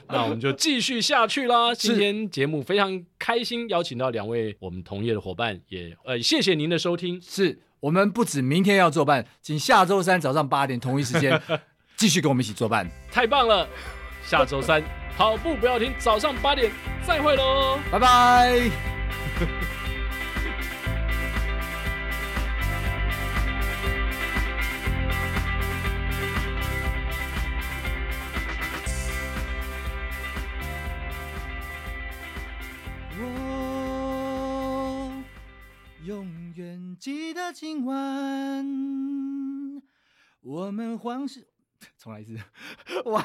那我们就继续下去啦。
是
今天节目非常开心，邀请到两位我们同业的伙伴，也呃谢谢您的收听。
是我们不止明天要作伴，请下周三早上八点同一时间继续跟我们一起作伴。
太棒了！下周三跑步不要停，早上八点再会喽。
拜拜。我永远记得今晚， 我们黄是，重来一次，哇。